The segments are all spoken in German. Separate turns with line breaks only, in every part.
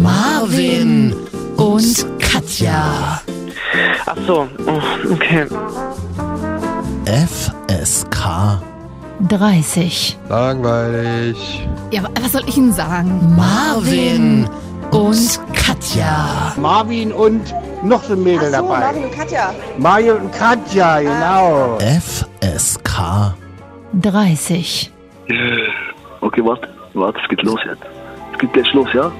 Marvin und Katja.
Ach so, oh, okay.
FSK
30.
Langweilig.
Ja, wa- was soll ich Ihnen sagen?
Marvin und Katja.
Marvin und noch so ein Mädel
Ach so,
dabei.
Marvin Ah, und Katja.
Mario und Katja, genau.
FSK
30.
Okay, warte, warte, es geht los jetzt. Es geht gleich los, ja?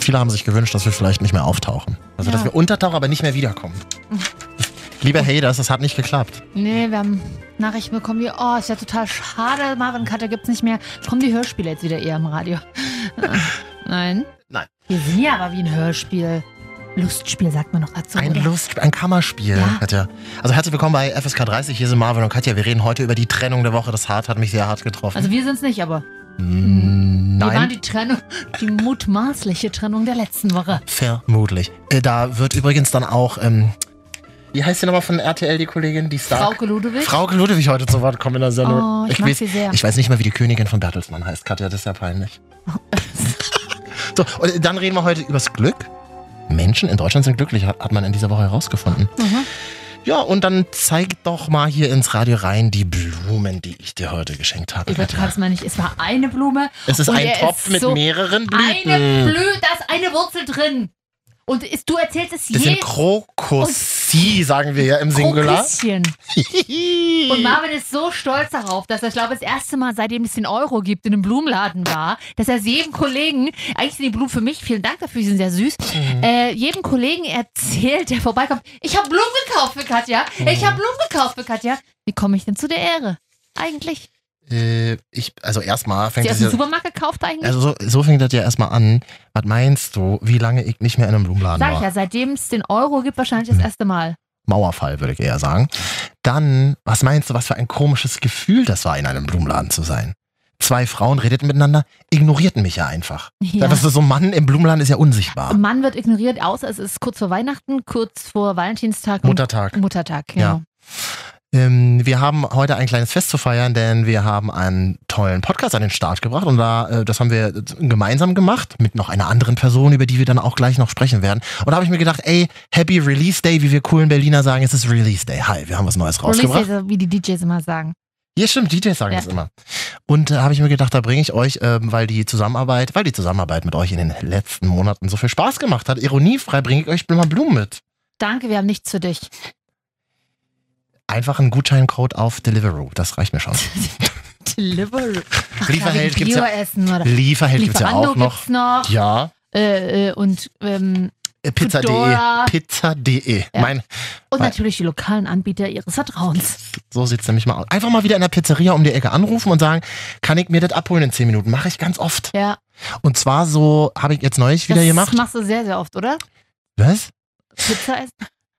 Viele haben sich gewünscht, dass wir vielleicht nicht mehr auftauchen. Also, dass wir untertauchen, aber nicht mehr wiederkommen.
Oh.
Liebe Haters, das hat nicht geklappt.
Nee, wir haben Nachrichten bekommen wie, oh, ist ja total schade, Marvin Cutter gibt's nicht mehr. Kommen die Hörspiele jetzt wieder eher im Radio? Ah, Nein?
Nein.
Wir sind ja aber wie ein Hörspiel. Lustspiel sagt man noch dazu.
Ein
oder?
Lust, ein Kammerspiel,
Ja.
Katja. Also, herzlich willkommen bei FSK 30. Hier sind Marvin und Katja. Wir reden heute über die Trennung der Woche. Das hart hat mich sehr hart getroffen.
Also wir sind's nicht, aber
Mm,
wir waren
Nein,
die Trennung, die mutmaßliche Trennung der letzten Woche.
vermutlich. Äh, Da wird übrigens dann auch, ähm, wie heißt die nochmal von RTL, die Kollegin? Die Stark?
Frauke Ludewig?
Frauke Ludewig heute zu Wort kommen in der Sendung.
Oh, ich mag sie sehr.
Ich weiß nicht mal, wie die Königin von Bertelsmann heißt, Katja, das ist ja peinlich. so, und dann reden wir heute übers Glück. Menschen in Deutschland sind glücklich, hat hat man in dieser Woche herausgefunden.
Mhm.
Ja, und dann zeig doch mal hier ins Radio rein die Blumen, die ich dir heute geschenkt habe. Katja.
Übertrag's mal nicht. Es war eine Blume.
Es ist
und
ein
er
Topf
Oh, ist
mit
so
mehreren Blüten.
Eine Blüte, da ist eine Wurzel drin. Und ist, du erzählst es
das sind
jedem
Krokussi, sagen wir ja im Singular.
Krokuschen. Und Marvin ist so stolz darauf, dass er, ich glaube, das erste Mal, seitdem es den Euro gibt, in einem Blumenladen war, dass er jedem Kollegen, eigentlich sind die Blumen für mich, vielen Dank dafür, die sind sehr süß, äh, jedem Kollegen erzählt, der vorbeikommt, ich habe Blumen gekauft für Katja, ich habe Blumen gekauft für Katja. Wie komme ich denn zu der Ehre? Eigentlich.
Äh, ich, also erstmal
Ist
fängt
sie aus
es
dem
ja,
Supermarkt gekauft eigentlich?
also so, so fängt das ja erstmal an. Was meinst du, wie lange ich nicht mehr in einem Blumenladen
Sag
war?
ich ja, seitdem es den Euro gibt, wahrscheinlich das erste Mal.
Mauerfall, würde ich eher sagen. Dann, was meinst du, was für ein komisches Gefühl das war, in einem Blumenladen zu sein? Zwei Frauen redeten miteinander, ignorierten mich ja einfach.
Ja. Ähm,
Das ist so ein Mann im Blumenladen ist ja unsichtbar.
Mann wird ignoriert, außer es ist kurz vor Weihnachten, kurz vor Valentinstag und
Muttertag.
Muttertag, genau.
Ähm, wir haben heute ein kleines Fest zu feiern, denn wir haben einen tollen Podcast an den Start gebracht und da, äh, das haben wir gemeinsam gemacht mit noch einer anderen Person, über die wir dann auch gleich noch sprechen werden. Und da habe ich mir gedacht, ey, Happy Release Day, wie wir coolen Berliner sagen, es ist Release Day. Hi, wir haben was Neues rausgebracht.
Release, also, wie die DJs immer sagen.
Ja, stimmt, DJs sagen
Ja.
das immer. Und da habe ich mir gedacht, da bringe ich euch, ähm, weil die Zusammenarbeit, weil die Zusammenarbeit mit euch in den letzten Monaten so viel Spaß gemacht hat, ironiefrei bringe ich euch mal Blumen mit.
Danke, wir haben nichts für dich.
Einfach einen Gutscheincode auf Deliveroo, das reicht mir schon.
Delivery.
Lieferheld gibt's ja-
Essen oder
Lieferheld gibt's ja
Lieferando
auch noch.
gibt's noch.
Ja,
Äh, äh, und ähm,
äh, pizza.de.
Foodora.
Pizza.de.
Ja.
Mein,
und
Weil-
natürlich die lokalen Anbieter ihres Vertrauens.
so sieht's nämlich mal aus. Einfach mal wieder in der Pizzeria um die Ecke anrufen und sagen, kann ich mir das abholen in 10 Minuten? Mache ich ganz oft.
Ja,
Und zwar so, habe ich jetzt neulich wieder
das
gemacht.
machst du sehr, sehr oft, oder?
Was?
Pizza essen.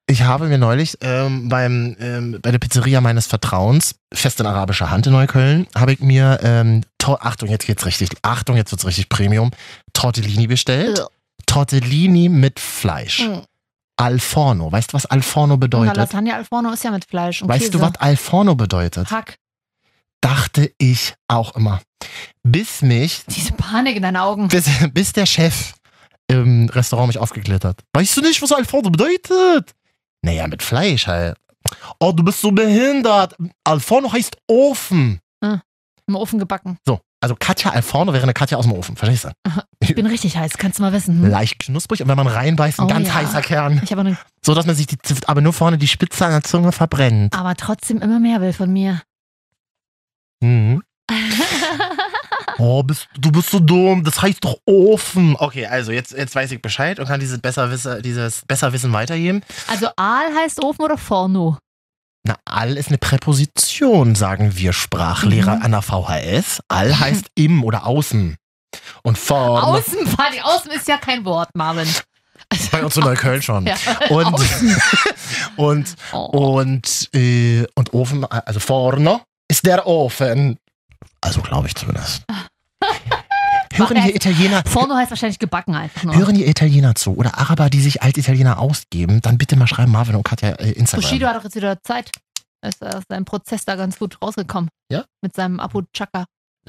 Ich habe mir neulich ähm, beim, ähm, bei der Pizzeria meines Vertrauens, fest in arabischer Hand in Neukölln, habe ich mir, ähm, Tor- Achtung, jetzt geht's richtig, Achtung, jetzt wird's richtig Premium, Tortellini bestellt.
Ja.
Tortellini mit Fleisch.
Mhm.
Al forno. Weißt du, was Al forno
Na,
bedeutet?
Lasagne al forno ist ja mit Fleisch und
Weißt du,
Käse.
was Al forno bedeutet?
Hack.
Dachte ich auch immer. Bis mich,
Diese Panik in deinen Augen.
bis, bis der Chef im Restaurant mich aufgeklärt hat. Weißt du nicht, was Al forno bedeutet? Naja, mit Fleisch halt. Oh, du bist so behindert. Al forno heißt Ofen.
Im Ofen gebacken.
So, also Katja Al forno wäre eine Katja aus dem Ofen. Verstehst du?
Ich bin richtig heiß, kannst du mal wissen. Hm?
Leicht knusprig und wenn man reinbeißt, ein
Oh
ganz
ja.
heißer Kern.
Ich habe eine,
So, dass man sich die, aber nur vorne die Spitze an der Zunge verbrennt.
aber trotzdem immer mehr will von mir.
Mhm. Oh, bist, du bist so dumm. Das heißt doch Ofen. Okay, also jetzt, jetzt weiß ich Bescheid und kann dieses Besserwisser, dieses Besserwissen weitergeben.
also Aal heißt Ofen oder Forno?
Na, all ist eine Präposition, sagen wir Sprachlehrer
Mhm.
an der VHS. All heißt im oder außen. Und vorne.
Außen, Party. Außen ist ja kein Wort, Marvin.
Bei uns in Neukölln schon.
Ja.
Und,
Außen.
und,
Oh.
und, äh, und Ofen, also vorne ist der Ofen. Also glaube ich zumindest. Hören hier Italiener,
Forno heißt wahrscheinlich gebacken einfach nur.
Hören ihr Italiener zu oder Araber, die sich Altitaliener ausgeben, dann bitte mal schreiben Marvin und Katja äh, Instagram.
Bushido hat doch jetzt wieder Zeit. Ist aus seinem Prozess da ganz gut rausgekommen.
Ja?
Mit seinem Abu Chaka.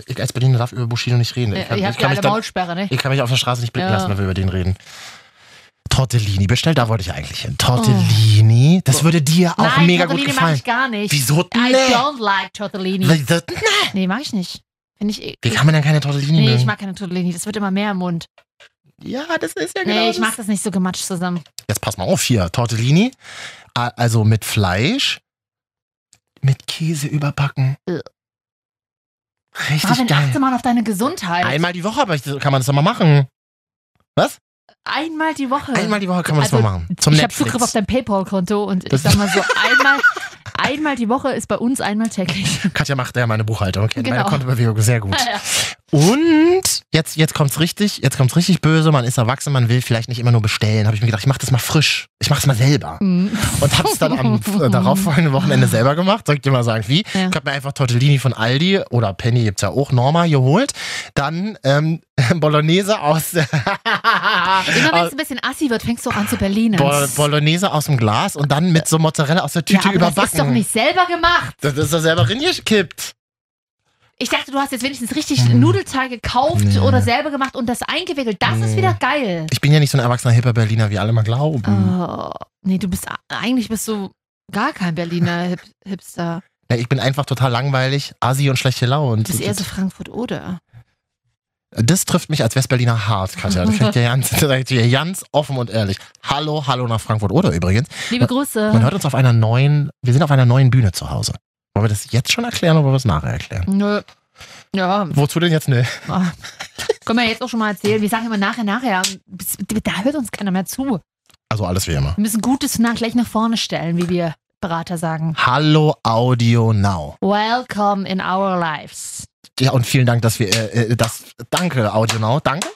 Ich als Berliner darf über Bushido nicht reden. Ich
Äh, ihr
kann, ich
habt ja
kann, mich,
alle
dann,
Maulsperre, ne?
ich kann mich auf der Straße nicht blicken
Ja.
lassen, wenn wir über den reden. Tortellini bestellt, da wollte ich eigentlich hin. Tortellini, das würde dir auch
Oh. Nein,
mega
Tortellini mag
gut gefallen.
ich gar nicht.
Wieso?
I
Nee.
don't like Tortellini.
Wie das-
Nee, mag ich nicht. Finde ich. eh-
Wie kann man denn keine Tortellini
Nee,
mögen?
ich mag keine Tortellini. Das wird immer mehr im Mund.
ja, das ist ja genau
Nee, ich
das.
mag das nicht so gematscht zusammen.
Jetzt pass mal auf hier. Tortellini, a- also mit Fleisch, mit Käse überbacken.
Äh.
Richtig
Marvin, achte
geil.
mal auf deine Gesundheit.
Einmal die Woche aber ich- kann man das doch mal machen.
Einmal die Woche.
Einmal die Woche kann man
Also,
das mal machen. Zum
ich habe
Netflix.
Zugriff auf dein PayPal-Konto und ich
Das-
sag mal so, einmal, einmal die Woche ist bei uns einmal täglich.
Katja macht ja meine Buchhaltung, kennt meine
Genau.
Kontobewegung sehr gut.
Ja.
Und jetzt, jetzt kommt's richtig, jetzt kommt's richtig böse, man ist erwachsen, man will vielleicht nicht immer nur bestellen. Habe ich mir gedacht, ich mach das mal frisch. Ich mach's mal selber.
Mhm.
Und hab's dann am äh, darauffolgenden Wochenende selber gemacht. Soll ich dir mal sagen, wie?
Ja.
Ich habe mir einfach Tortellini von Aldi oder Penny gibt's ja auch, Norma geholt. Dann ähm, Bolognese aus
Immer wenn es
aus-
ein bisschen assi wird, fängst du auch an zu Berlinern.
Bo Bolognese aus dem Glas und dann mit so Mozzarella aus der
ja,
Tüte
aber
überbacken.
das ist doch nicht selber gemacht.
Das ist doch selber reingekippt.
Ich dachte, du hast jetzt wenigstens richtig
Hm.
Nudelteig gekauft
Nee.
oder selber gemacht und das eingewickelt. Das ist
Nee.
wieder geil.
Ich bin ja nicht so ein erwachsener hipper Berliner, wie alle mal glauben.
Oh, nee, du bist eigentlich bist du gar kein Berliner Hip Hipster.
Ja, ich bin einfach total langweilig, assi und schlecht gelaunt.
Du bist eher so Frankfurt oder.
Das trifft mich als Westberliner hart, Katja. Das kann ich dir ganz, das sag ich dir ganz offen und ehrlich. Hallo, hallo nach Frankfurt oder übrigens.
Liebe
Man
Grüße.
hört uns auf einer neuen, wir sind auf einer neuen Bühne zu Hause. Wollen wir das jetzt schon erklären oder wollen wir es nachher erklären?
Nö. Ja,
Wozu denn jetzt? Nö.
ah. können wir jetzt auch schon mal erzählen. Wir sagen immer nachher, nachher. Bis- Da hört uns keiner mehr zu.
Also alles wie immer.
Wir müssen Gutes nach gleich nach vorne stellen, wie wir Berater sagen.
Hallo Audio Now.
Welcome in our lives.
Ja, und vielen Dank, dass wir äh, äh, das. Danke, Audio Now. Danke.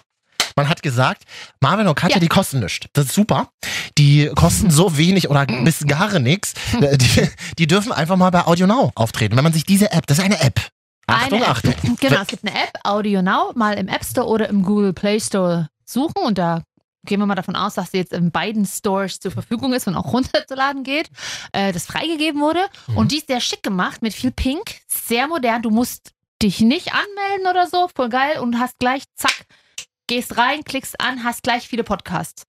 Man hat gesagt, Marvin und Katja,
Ja.
die kosten nichts. Das ist super. Die kosten so wenig oder
Mhm.
bis gar nichts.
Hm.
Äh, Die, die dürfen einfach mal bei Audio Now auftreten. Wenn man sich diese App, das ist eine App. Achtung,
Eine App.
Achtung.
Genau, es gibt eine App, Audio Now, mal im App Store oder im Google Play Store suchen und da gehen wir mal davon aus, dass sie jetzt in beiden Stores zur Verfügung ist und auch runterzuladen geht, äh, das freigegeben wurde
Mhm.
und die ist sehr schick gemacht mit viel Pink, sehr modern, du musst dich nicht anmelden oder so, voll geil und hast gleich, zack, gehst rein, klickst an, hast gleich viele Podcasts.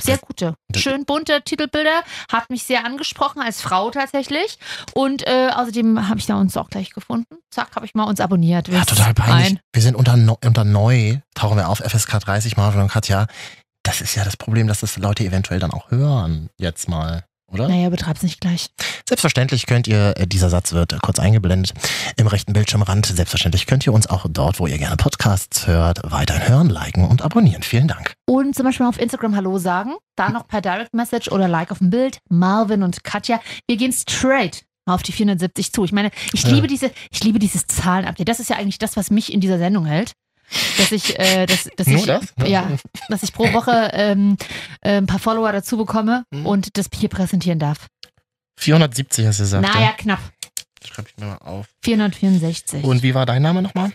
Sehr gute, schön bunte Titelbilder, hat mich sehr angesprochen als Frau tatsächlich. Und äh, außerdem habe ich da uns auch gleich gefunden. Zack, habe ich mal uns abonniert.
Ja, total peinlich. Wir sind unter, neu- unter neu, tauchen wir auf, FSK 30, Marvin und Katja. Das ist ja das Problem, dass das Leute eventuell dann auch hören. Jetzt mal, oder?
Naja, betreib's nicht gleich.
Selbstverständlich könnt ihr, äh, dieser Satz wird äh, kurz eingeblendet im rechten Bildschirmrand, selbstverständlich könnt ihr uns auch dort, wo ihr gerne Podcasts hört, weiterhin hören, liken und abonnieren. Vielen Dank.
Und zum Beispiel mal auf Instagram Hallo sagen. Da noch per Direct Message oder Like auf dem Bild. Marvin und Katja. Wir gehen straight auf die 470 zu. Ich meine, ich
Ja.
liebe diese, ich liebe dieses Zahlenupdate. Das ist ja eigentlich das, was mich in dieser Sendung hält. Dass ich, äh, dass, dass
Nur
ich,
das?
ja, dass ich pro Woche ähm, äh, ein paar Follower dazu bekomme
Mhm.
und das hier präsentieren darf.
470 hast du gesagt.
Naja, knapp.
Schreibe ich mir mal auf.
464.
Und wie war dein Name nochmal?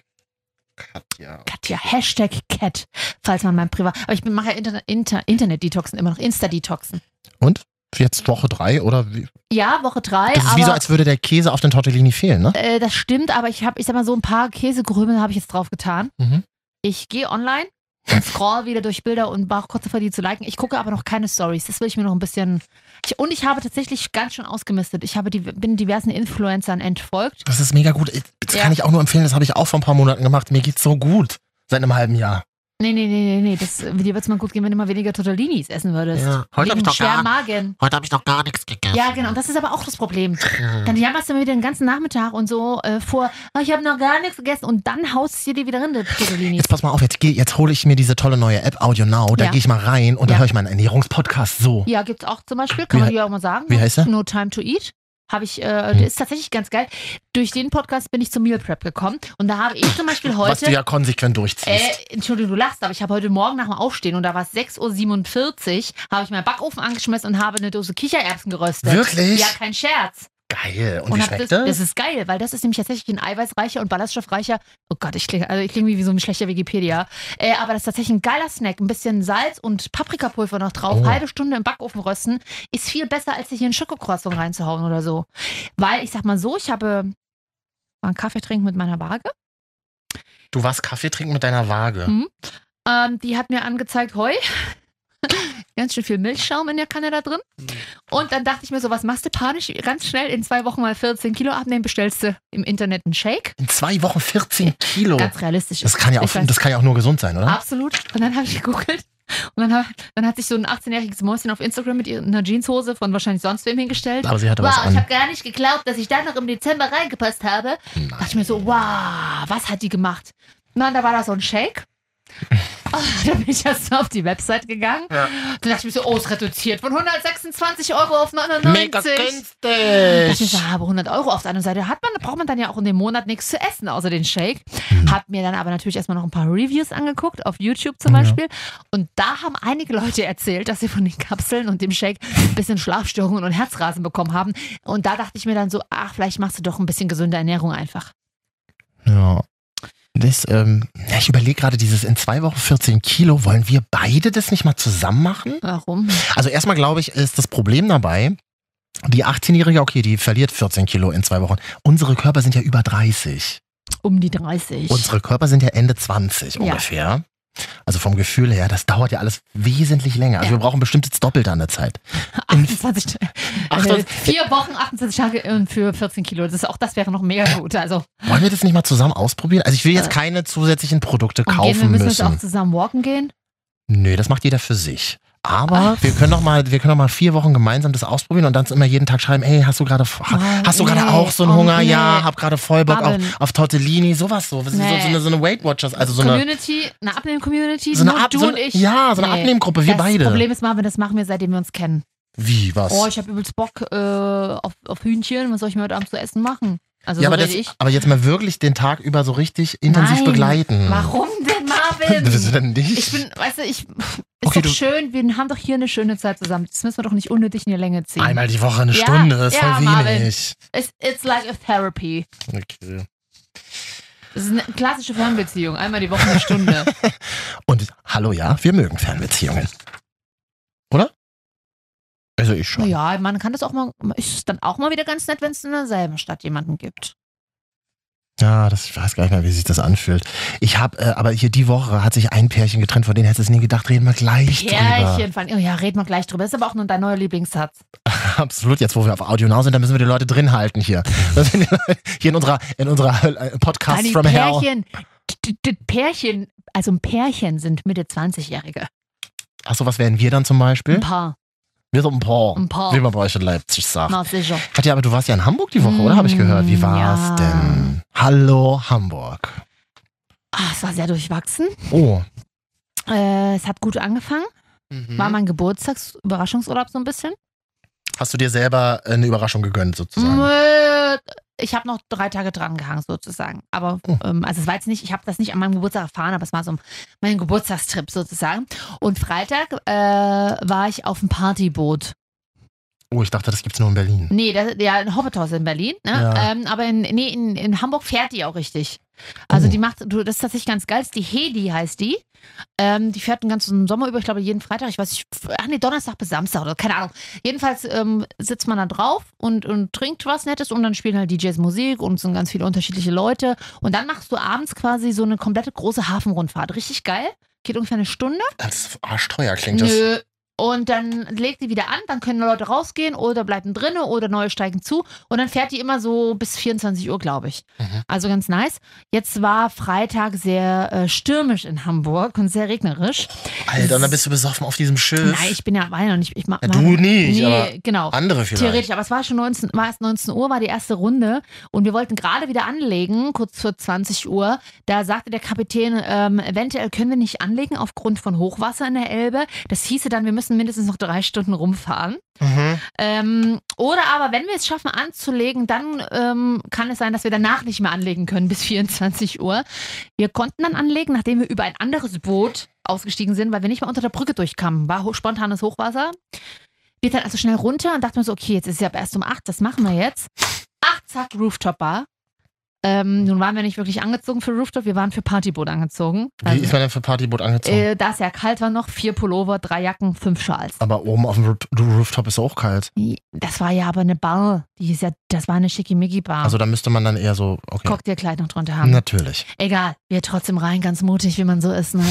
Katja.
Katja, Hashtag Cat, falls man mein Privat. Aber ich bin- mache ja Inter Inter Internet-Detoxen, immer noch Insta-Detoxen.
Und? Jetzt Woche drei oder wie?
Ja, Woche drei,
Das ist
aber
wie so, als würde der Käse auf den Tortellini fehlen, ne?
äh, das stimmt, aber ich habe, ich sag mal, so ein paar Käsegrümel habe ich jetzt drauf getan.
Mhm.
Ich gehe online und scroll wieder durch Bilder und war auch kurz davor, die zu liken. Ich gucke aber noch keine Stories. Das will ich mir noch ein bisschen. Ich, und ich habe tatsächlich ganz schön ausgemistet. Ich habe die, bin diversen Influencern entfolgt.
Das ist mega gut. Ich- Das
Ja.
kann ich auch nur empfehlen. Das habe ich auch vor ein paar Monaten gemacht. Mir geht's so gut. Seit einem halben Jahr.
Nee, nee, nee, nee, nee. Das, dir wird's mal gut gehen, wenn du mal weniger Tortellinis essen würdest.
Ja. Heute hab
Wegen
ich doch
schweren
gar-
Magen.
Heute habe ich noch gar nichts gegessen.
Ja, genau. Das ist aber auch das Problem.
Ja.
Dann jammerst du mir wieder den ganzen Nachmittag und so äh, vor, "Ah, ich habe noch gar nichts gegessen und dann haust es dir die wieder Rinde, Tortellini.
Jetzt pass mal auf, jetzt, geh, jetzt hole ich mir diese tolle neue App Audio Now. Da
Ja.
gehe ich mal rein und dann
Ja.
höre ich meinen Ernährungspodcast so.
Ja, gibt's auch zum Beispiel, kann
Wie
man
hei-
dir auch mal sagen. ne?
wie heißt der?
No Time to Eat. Habe ich, äh,
Hm.
der ist tatsächlich ganz geil. Durch den Podcast bin ich zum Meal Prep gekommen und da habe ich zum Beispiel
was du
heute.
ja konsequent
Äh,
durchziehst.
Entschuldigung, du lachst, aber ich habe heute Morgen nach dem Aufstehen und da war es 6.47 Uhr, habe ich meinen Backofen angeschmissen und habe eine Dose Kichererbsen geröstet.
Wirklich?
Ja, kein Scherz.
Geil. Und, wie
oh, hab
schmeckt
das, das
das?
ist geil, weil das ist nämlich tatsächlich ein eiweißreicher und ballaststoffreicher. Oh Gott, ich klinge, also ich klinge wie so ein schlechter Wikipedia. Äh, aber das ist tatsächlich ein geiler Snack. Ein bisschen Salz und Paprikapulver noch drauf.
Oh.
Halbe Stunde im Backofen rösten. Ist viel besser, als sich hier ein Schokocroissant reinzuhauen oder so. Weil ich sag mal so, ich habe war einen Kaffee trinken mit meiner Waage.
Du warst Kaffee trinken mit deiner Waage.
Hm. Ähm, die hat mir angezeigt, Heu. Ganz schön viel Milchschaum in der Kanne da drin.
Hm.
Und dann dachte ich mir so, was machst du panisch? Ganz schnell in zwei Wochen mal 14 Kilo abnehmen, bestellst du im Internet einen Shake.
In zwei Wochen 14 Kilo.
Ganz realistisch.
Das kann, ja auch,
Ich weiß.
das kann ja auch nur gesund sein, oder?
Absolut. Und dann habe ich gegoogelt. Und dann, hab, dann hat sich so ein 18-jähriges Mäuschen auf Instagram mit ihrer einer Jeanshose von wahrscheinlich sonst wem hingestellt.
Aber sie hatte
wow,
was
ich
an.
habe gar nicht geglaubt, dass ich da noch im Dezember reingepasst habe. Dachte ich mir so, wow, was hat die gemacht? Na, und da war da so ein Shake. Oh, da bin ich erst mal auf die Website gegangen. Dann dachte ich mir so, oh, es reduziert von 126 Euro auf 99.
Mega
Dachte ich
günstig.
so, habe 100 Euro auf der anderen Seite. Hat man, braucht man dann ja auch in dem Monat nichts zu essen, außer den Shake.
Hm.
Hab mir dann aber natürlich erstmal noch ein paar Reviews angeguckt, auf YouTube zum
Ja.
Beispiel. Und da haben einige Leute erzählt, dass sie von den Kapseln und dem Shake ein bisschen Schlafstörungen und Herzrasen bekommen haben. Und da dachte ich mir dann so, ach, vielleicht machst du doch ein bisschen gesunde Ernährung einfach.
Ja. Das, ähm, ja, ich überlege gerade, dieses in zwei Wochen 14 Kilo, wollen wir beide das nicht mal zusammen machen?
Warum?
Also erstmal glaube ich, ist das Problem dabei, die 18-Jährige, okay, die verliert 14 Kilo in zwei Wochen. Unsere Körper sind ja über 30.
Um die 30.
Unsere Körper sind ja Ende 20
Ja.
ungefähr. Also vom Gefühl her, das dauert ja alles wesentlich länger. Also
Ja.
wir brauchen bestimmt jetzt doppelt an der Zeit.
28, äh,
28
vier Wochen, 28 Tage und für 14 Kilo. Das, ist auch das wäre noch mega gut. Also,
Wollen wir das nicht mal zusammen ausprobieren? Also ich will jetzt keine zusätzlichen Produkte
Äh. und
kaufen
gehen, wir müssen, jetzt auch
müssen.
zusammen walken gehen.
Nö, das macht jeder für sich. Aber wir können doch mal, wir können doch mal vier Wochen gemeinsam das ausprobieren und dann immer jeden Tag schreiben, hey, hast du gerade, ha-
Oh,
hast du
nee,
gerade auch so einen
oh,
Hunger?
nee.
Ja, hab gerade voll Bock auf,
Babbeln.
auf Tortellini, sowas so. Was ist
Nee.
So, so, eine, so eine Weight Watchers, also so eine,
Community, eine Abnehmen-Community,
so eine,
nur
Ab-
du
so
und
eine
ich.
ja, so eine
Nee.
Abnehmgruppe, wir
das
beide.
Problem ist, Marvin, das machen wir, seitdem wir uns kennen.
Wie, was?
Oh, ich habe übelst Bock äh, auf, auf Hühnchen. Was soll ich mir heute Abend zu essen machen? Also
ja,
so
aber, das,
rede ich.
aber jetzt mal wirklich den Tag über so richtig intensiv
Nein.
begleiten.
Warum denn,
Wieso
Marvin?
denn nicht?
Ich bin, weißt du, ich, ist
Okay,
doch
du-
schön, wir haben doch hier eine schöne Zeit zusammen. Das müssen wir doch nicht unnötig in die Länge ziehen.
Einmal die Woche eine
Ja,
Stunde, ist
ja,
voll
Marvin.
wenig.
It's, it's like a therapy.
Okay.
Das ist eine klassische Fernbeziehung. Einmal die Woche eine Stunde.
Und hallo, ja, wir mögen Fernbeziehungen. Oder? Also ich schon.
naja, man kann das auch mal, ist es dann auch mal wieder ganz nett, wenn es in derselben Stadt jemanden gibt.
Ja, das, ich weiß gar nicht mehr, wie sich das anfühlt. Ich habe, äh, aber hier die Woche hat sich ein Pärchen getrennt, von denen hättest du es nie gedacht, reden wir gleich drüber.
Pärchen, fand- oh ja, reden wir gleich drüber. Das ist aber auch nur dein neuer Lieblingssatz.
Absolut, jetzt wo wir auf Audio Now sind, da müssen wir die Leute drin halten hier. Das sind die Leute- hier in unserer, in unserer äh, Podcast
Dani,
from Hell.
Pärchen, D- d- d- Pärchen, also ein Pärchen sind Mitte 20-Jährige.
Achso, was wären wir dann zum Beispiel?
Ein paar,
Wir sind ein paar.
Ein paar.
Hm? Wie man bei euch in Leipzig sagt.
na sicher.
Katja, aber du warst ja in Hamburg die Woche, oder? Habe ich gehört. Wie
Mm,
war's
ja.
denn? Hallo, Hamburg.
Ah, es war sehr durchwachsen.
Oh.
Äh, es hat gut angefangen.
Mhm.
War mein Geburtstagsüberraschungsurlaub so ein bisschen.
Hast du dir selber eine Überraschung gegönnt, sozusagen?
Äh, Ich habe noch drei Tage dran gehangen, sozusagen. Aber
Oh.
ähm, also es war jetzt nicht, ich habe das nicht an meinem Geburtstag erfahren, aber es war so mein Geburtstagstrip sozusagen. Und Freitag äh, war ich auf dem Partyboot.
Oh, ich dachte, das gibt's nur in Berlin.
Nee, das, ja, in Hoppetos in Berlin. Ne?
Ja.
Ähm, aber in, nee, in, in Hamburg fährt die auch richtig. Also
Oh.
die macht, du, das ist tatsächlich ganz geil. Das ist Die Hedi heißt die. Ähm, die fährt den ganzen Sommer über, ich glaube jeden Freitag, ich weiß nicht, ach nee, Donnerstag bis Samstag oder keine Ahnung. Jedenfalls ähm, sitzt man da drauf und, und trinkt was Nettes und dann spielen halt DJs Musik und es sind ganz viele unterschiedliche Leute. Und dann machst du abends quasi so eine komplette große Hafenrundfahrt. Richtig geil. Geht ungefähr eine Stunde.
Das ist arschteuer, klingt das.
Nö. Und dann legt die wieder an, dann können Leute rausgehen oder bleiben drinnen oder neue steigen zu. Und dann fährt die immer so bis 24 Uhr, glaube ich.
Mhm.
Also ganz nice. Jetzt war Freitag sehr äh, stürmisch in Hamburg und sehr regnerisch.
Alter, und dann bist du besoffen auf diesem Schiff.
Nein, ich bin ja, war ja noch nicht. Ich, ma-
ja,
ma-
du nicht,
nee,
aber
genau.
andere vielleicht.
Theoretisch, aber es war schon 19, war erst 19 Uhr, war die erste Runde und wir wollten gerade wieder anlegen, kurz vor 20 Uhr. Da sagte der Kapitän, ähm, eventuell können wir nicht anlegen aufgrund von Hochwasser in der Elbe. Das hieße dann, wir müssen mindestens noch drei Stunden rumfahren.
Mhm.
Ähm, oder aber, wenn wir es schaffen anzulegen, dann ähm, kann es sein, dass wir danach nicht mehr anlegen können bis 24 Uhr. Wir konnten dann anlegen, nachdem wir über ein anderes Boot ausgestiegen sind, weil wir nicht mehr unter der Brücke durchkamen. War ho spontanes Hochwasser. Wir dann also schnell runter und dachten uns, okay, jetzt ist ja erst um 8, das machen wir jetzt. 8, zack, Rooftop Bar. Äh, Ähm, nun waren wir nicht wirklich angezogen für Rooftop, wir waren für Partyboot angezogen.
Wie ist man denn für Partyboot angezogen?
äh, da es ja kalt war noch, vier Pullover, drei Jacken, fünf Schals.
Aber oben auf dem Roof- Rooftop ist auch kalt.
Das war ja aber eine Bar. Die ist ja, das war eine Schickimicki-Bar.
Also da müsste man dann eher so, okay.
Cocktailkleid noch drunter haben.
Natürlich.
Egal, wir trotzdem rein, ganz mutig, wie man so ist. Ne?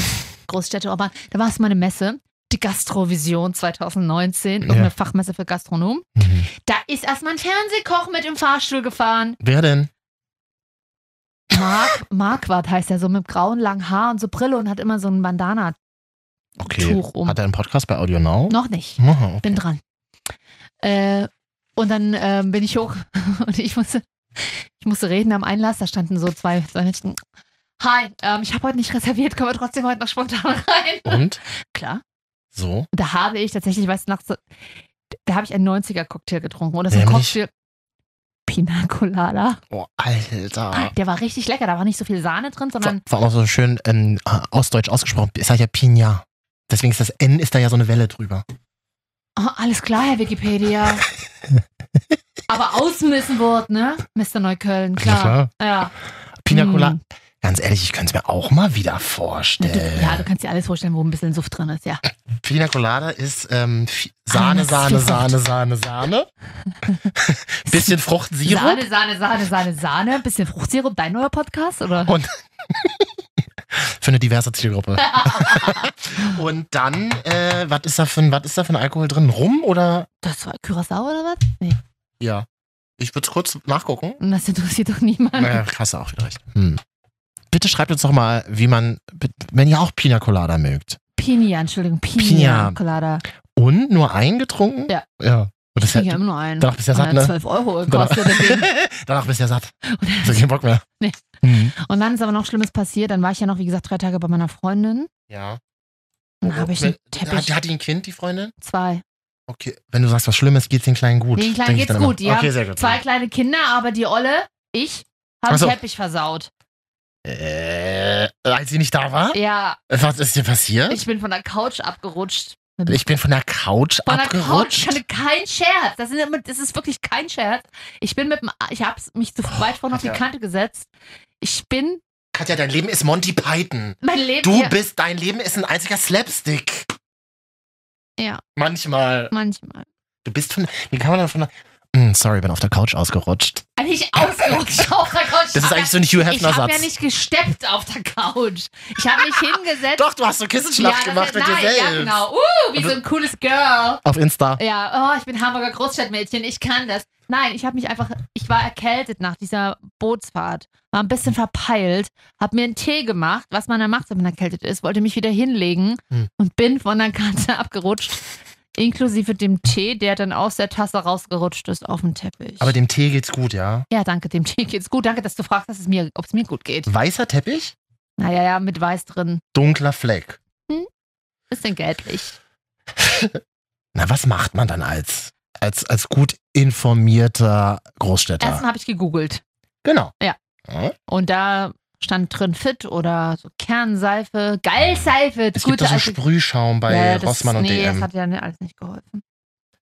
Großstädte, urban. Da war es mal eine Messe, die Gastrovision 2019,
Ja.
irgendeine Fachmesse für Gastronomen.
Mhm.
Da ist erstmal ein Fernsehkoch mit im Fahrstuhl gefahren.
Wer denn?
Mark, Marquardt heißt er so, mit grauen, langen Haar und so Brille und hat immer so ein Bandana-Tuch
Okay.
um.
Hat er einen Podcast bei Audio Now?
Noch nicht.
Aha.
Bin dran. Äh, und dann ähm, bin ich hoch und ich musste, ich musste reden am Einlass. Da standen so zwei, zwei Menschen. Hi, ähm, ich habe heute nicht reserviert, können wir trotzdem heute noch spontan rein?
Und?
Klar.
So?
Und Da habe ich tatsächlich, weißt du, nachts, so- da habe ich einen 90er-Cocktail getrunken. Oder so ein
Nämlich?
Cocktail. Pina Colada.
Oh, Alter.
Ah, Der war richtig lecker, da war nicht so viel Sahne drin,
Vor,
sondern
vor allem auch so schön ähm, ausdeutsch ausgesprochen. Ich sage ja Pina. Deswegen ist das N, ist da ja so eine Welle drüber.
oh, alles klar, Herr Wikipedia. Aber ausmissen wurde, ne? Mr. Neukölln, klar. Ja.
Pina
Mm.
Colada. Ganz ehrlich, ich könnte es mir auch mal wieder
Na, du,
vorstellen.
ja, du kannst dir alles vorstellen, wo ein bisschen Suft drin ist, ja.
Pina Colada ist ähm, F- Sahne,
Alles
Sahne,
Frucht.
Sahne, Sahne, Sahne. Bisschen Fruchtsirup.
Sahne, Sahne, Sahne, Sahne, Sahne. Bisschen Fruchtsirup, dein neuer Podcast, oder?
Und Für eine diverse Zielgruppe. Und dann, äh, was ist da für ein, was ist da für ein Alkohol drin? Rum oder?
Das war Curaçao oder was?
Ja. Ich würde es kurz nachgucken.
Das interessiert doch niemanden.
Naja, hast du auch wieder recht. Hm. Bitte schreibt uns doch mal, wie man, wenn ihr auch Pina Colada mögt.
Pina, Entschuldigung, Pina,
Pina.
Colada.
Und nur eingetrunken?
Ja.
Ja. Und das
Ich ja
ja,
immer nur einen.
danach bist du ja satt,
Und
ne?
12 Euro
Danach,
gekostet. deswegen.
danach bist du ja satt.
Und
So
dann-
kein Bock mehr.
Nee.
Mhm.
Und dann ist aber noch Schlimmes passiert. Dann war ich ja noch, wie gesagt, drei Tage bei meiner Freundin.
Ja.
Und dann habe ich einen
Oh, Hat,
Teppich.
hat die ein Kind, die Freundin?
Zwei.
Okay. Wenn du sagst, was Schlimmes, geht's den Kleinen gut.
Nee, den Kleinen
denk ich
geht's
dann immer.
gut, die
Okay,
haben
sehr gut.
Zwei kleine Kinder, aber die Olle, ich, habe
Ach so.
einen Teppich versaut.
Äh, als sie nicht da war?
Ja,
Was ist dir passiert? Ich,
ich bin von der Couch abgerutscht.
bin von der Couch
Von der Couch,
abgerutscht.
keine- kein Scherz. Das, sind, immer- das ist wirklich kein Scherz. Ich bin mit dem, A- ich habe mich zu weit vorne auf die
Katja.
Kante gesetzt. Ich bin,
Katja, dein Leben ist Monty Python.
mein Leben,
Du
ja,
bist, dein Leben ist ein einziger Slapstick.
Ja.
Manchmal.
manchmal.
Du bist von. Wie kann man denn von der. Hm, sorry, bin auf der Couch ausgerutscht.
Also ich ausgerutscht auf der Couch.
Das ist eigentlich so ein Hugh
ich habe
Hefner-Satz.
ja nicht gesteppt auf der Couch. Ich habe mich hingesetzt.
Doch, du hast so Kissenschlacht
das-
gemacht mit dir
nein,
selbst.
Ja, genau. Uh, wie so ein cooles Girl.
Auf Insta.
Ja, oh, ich bin Hamburger Großstadtmädchen, ich kann das. Nein, ich habe mich einfach, ich war erkältet nach dieser Bootsfahrt, war ein bisschen verpeilt, habe mir einen Tee gemacht, was man dann macht, wenn man erkältet ist, wollte mich wieder hinlegen
Hm.
und bin von der Kante abgerutscht, inklusive dem Tee, der dann aus der Tasse rausgerutscht ist auf den Teppich.
Aber dem Tee geht's gut, ja?
ja, danke, dem Tee geht's gut. Danke, dass du fragst, dass es mir, ob es mir gut geht.
Weißer Teppich,
Naja, ja, mit Weiß drin.
dunkler Fleck.
Bisschen gelblich.
Na, was macht man dann als, als, als gut informierter Großstädter?
Erstmal habe ich gegoogelt.
Genau.
Ja.
Hm?
Und da stand drin Fit oder so Kernseife, Geilseife,
Es
das gute
gibt da so einen
alte-
Sprühschaum bei
Ja, das-
Rossmann und
nee,
DM.
das hat ja nicht- alles nicht geholfen.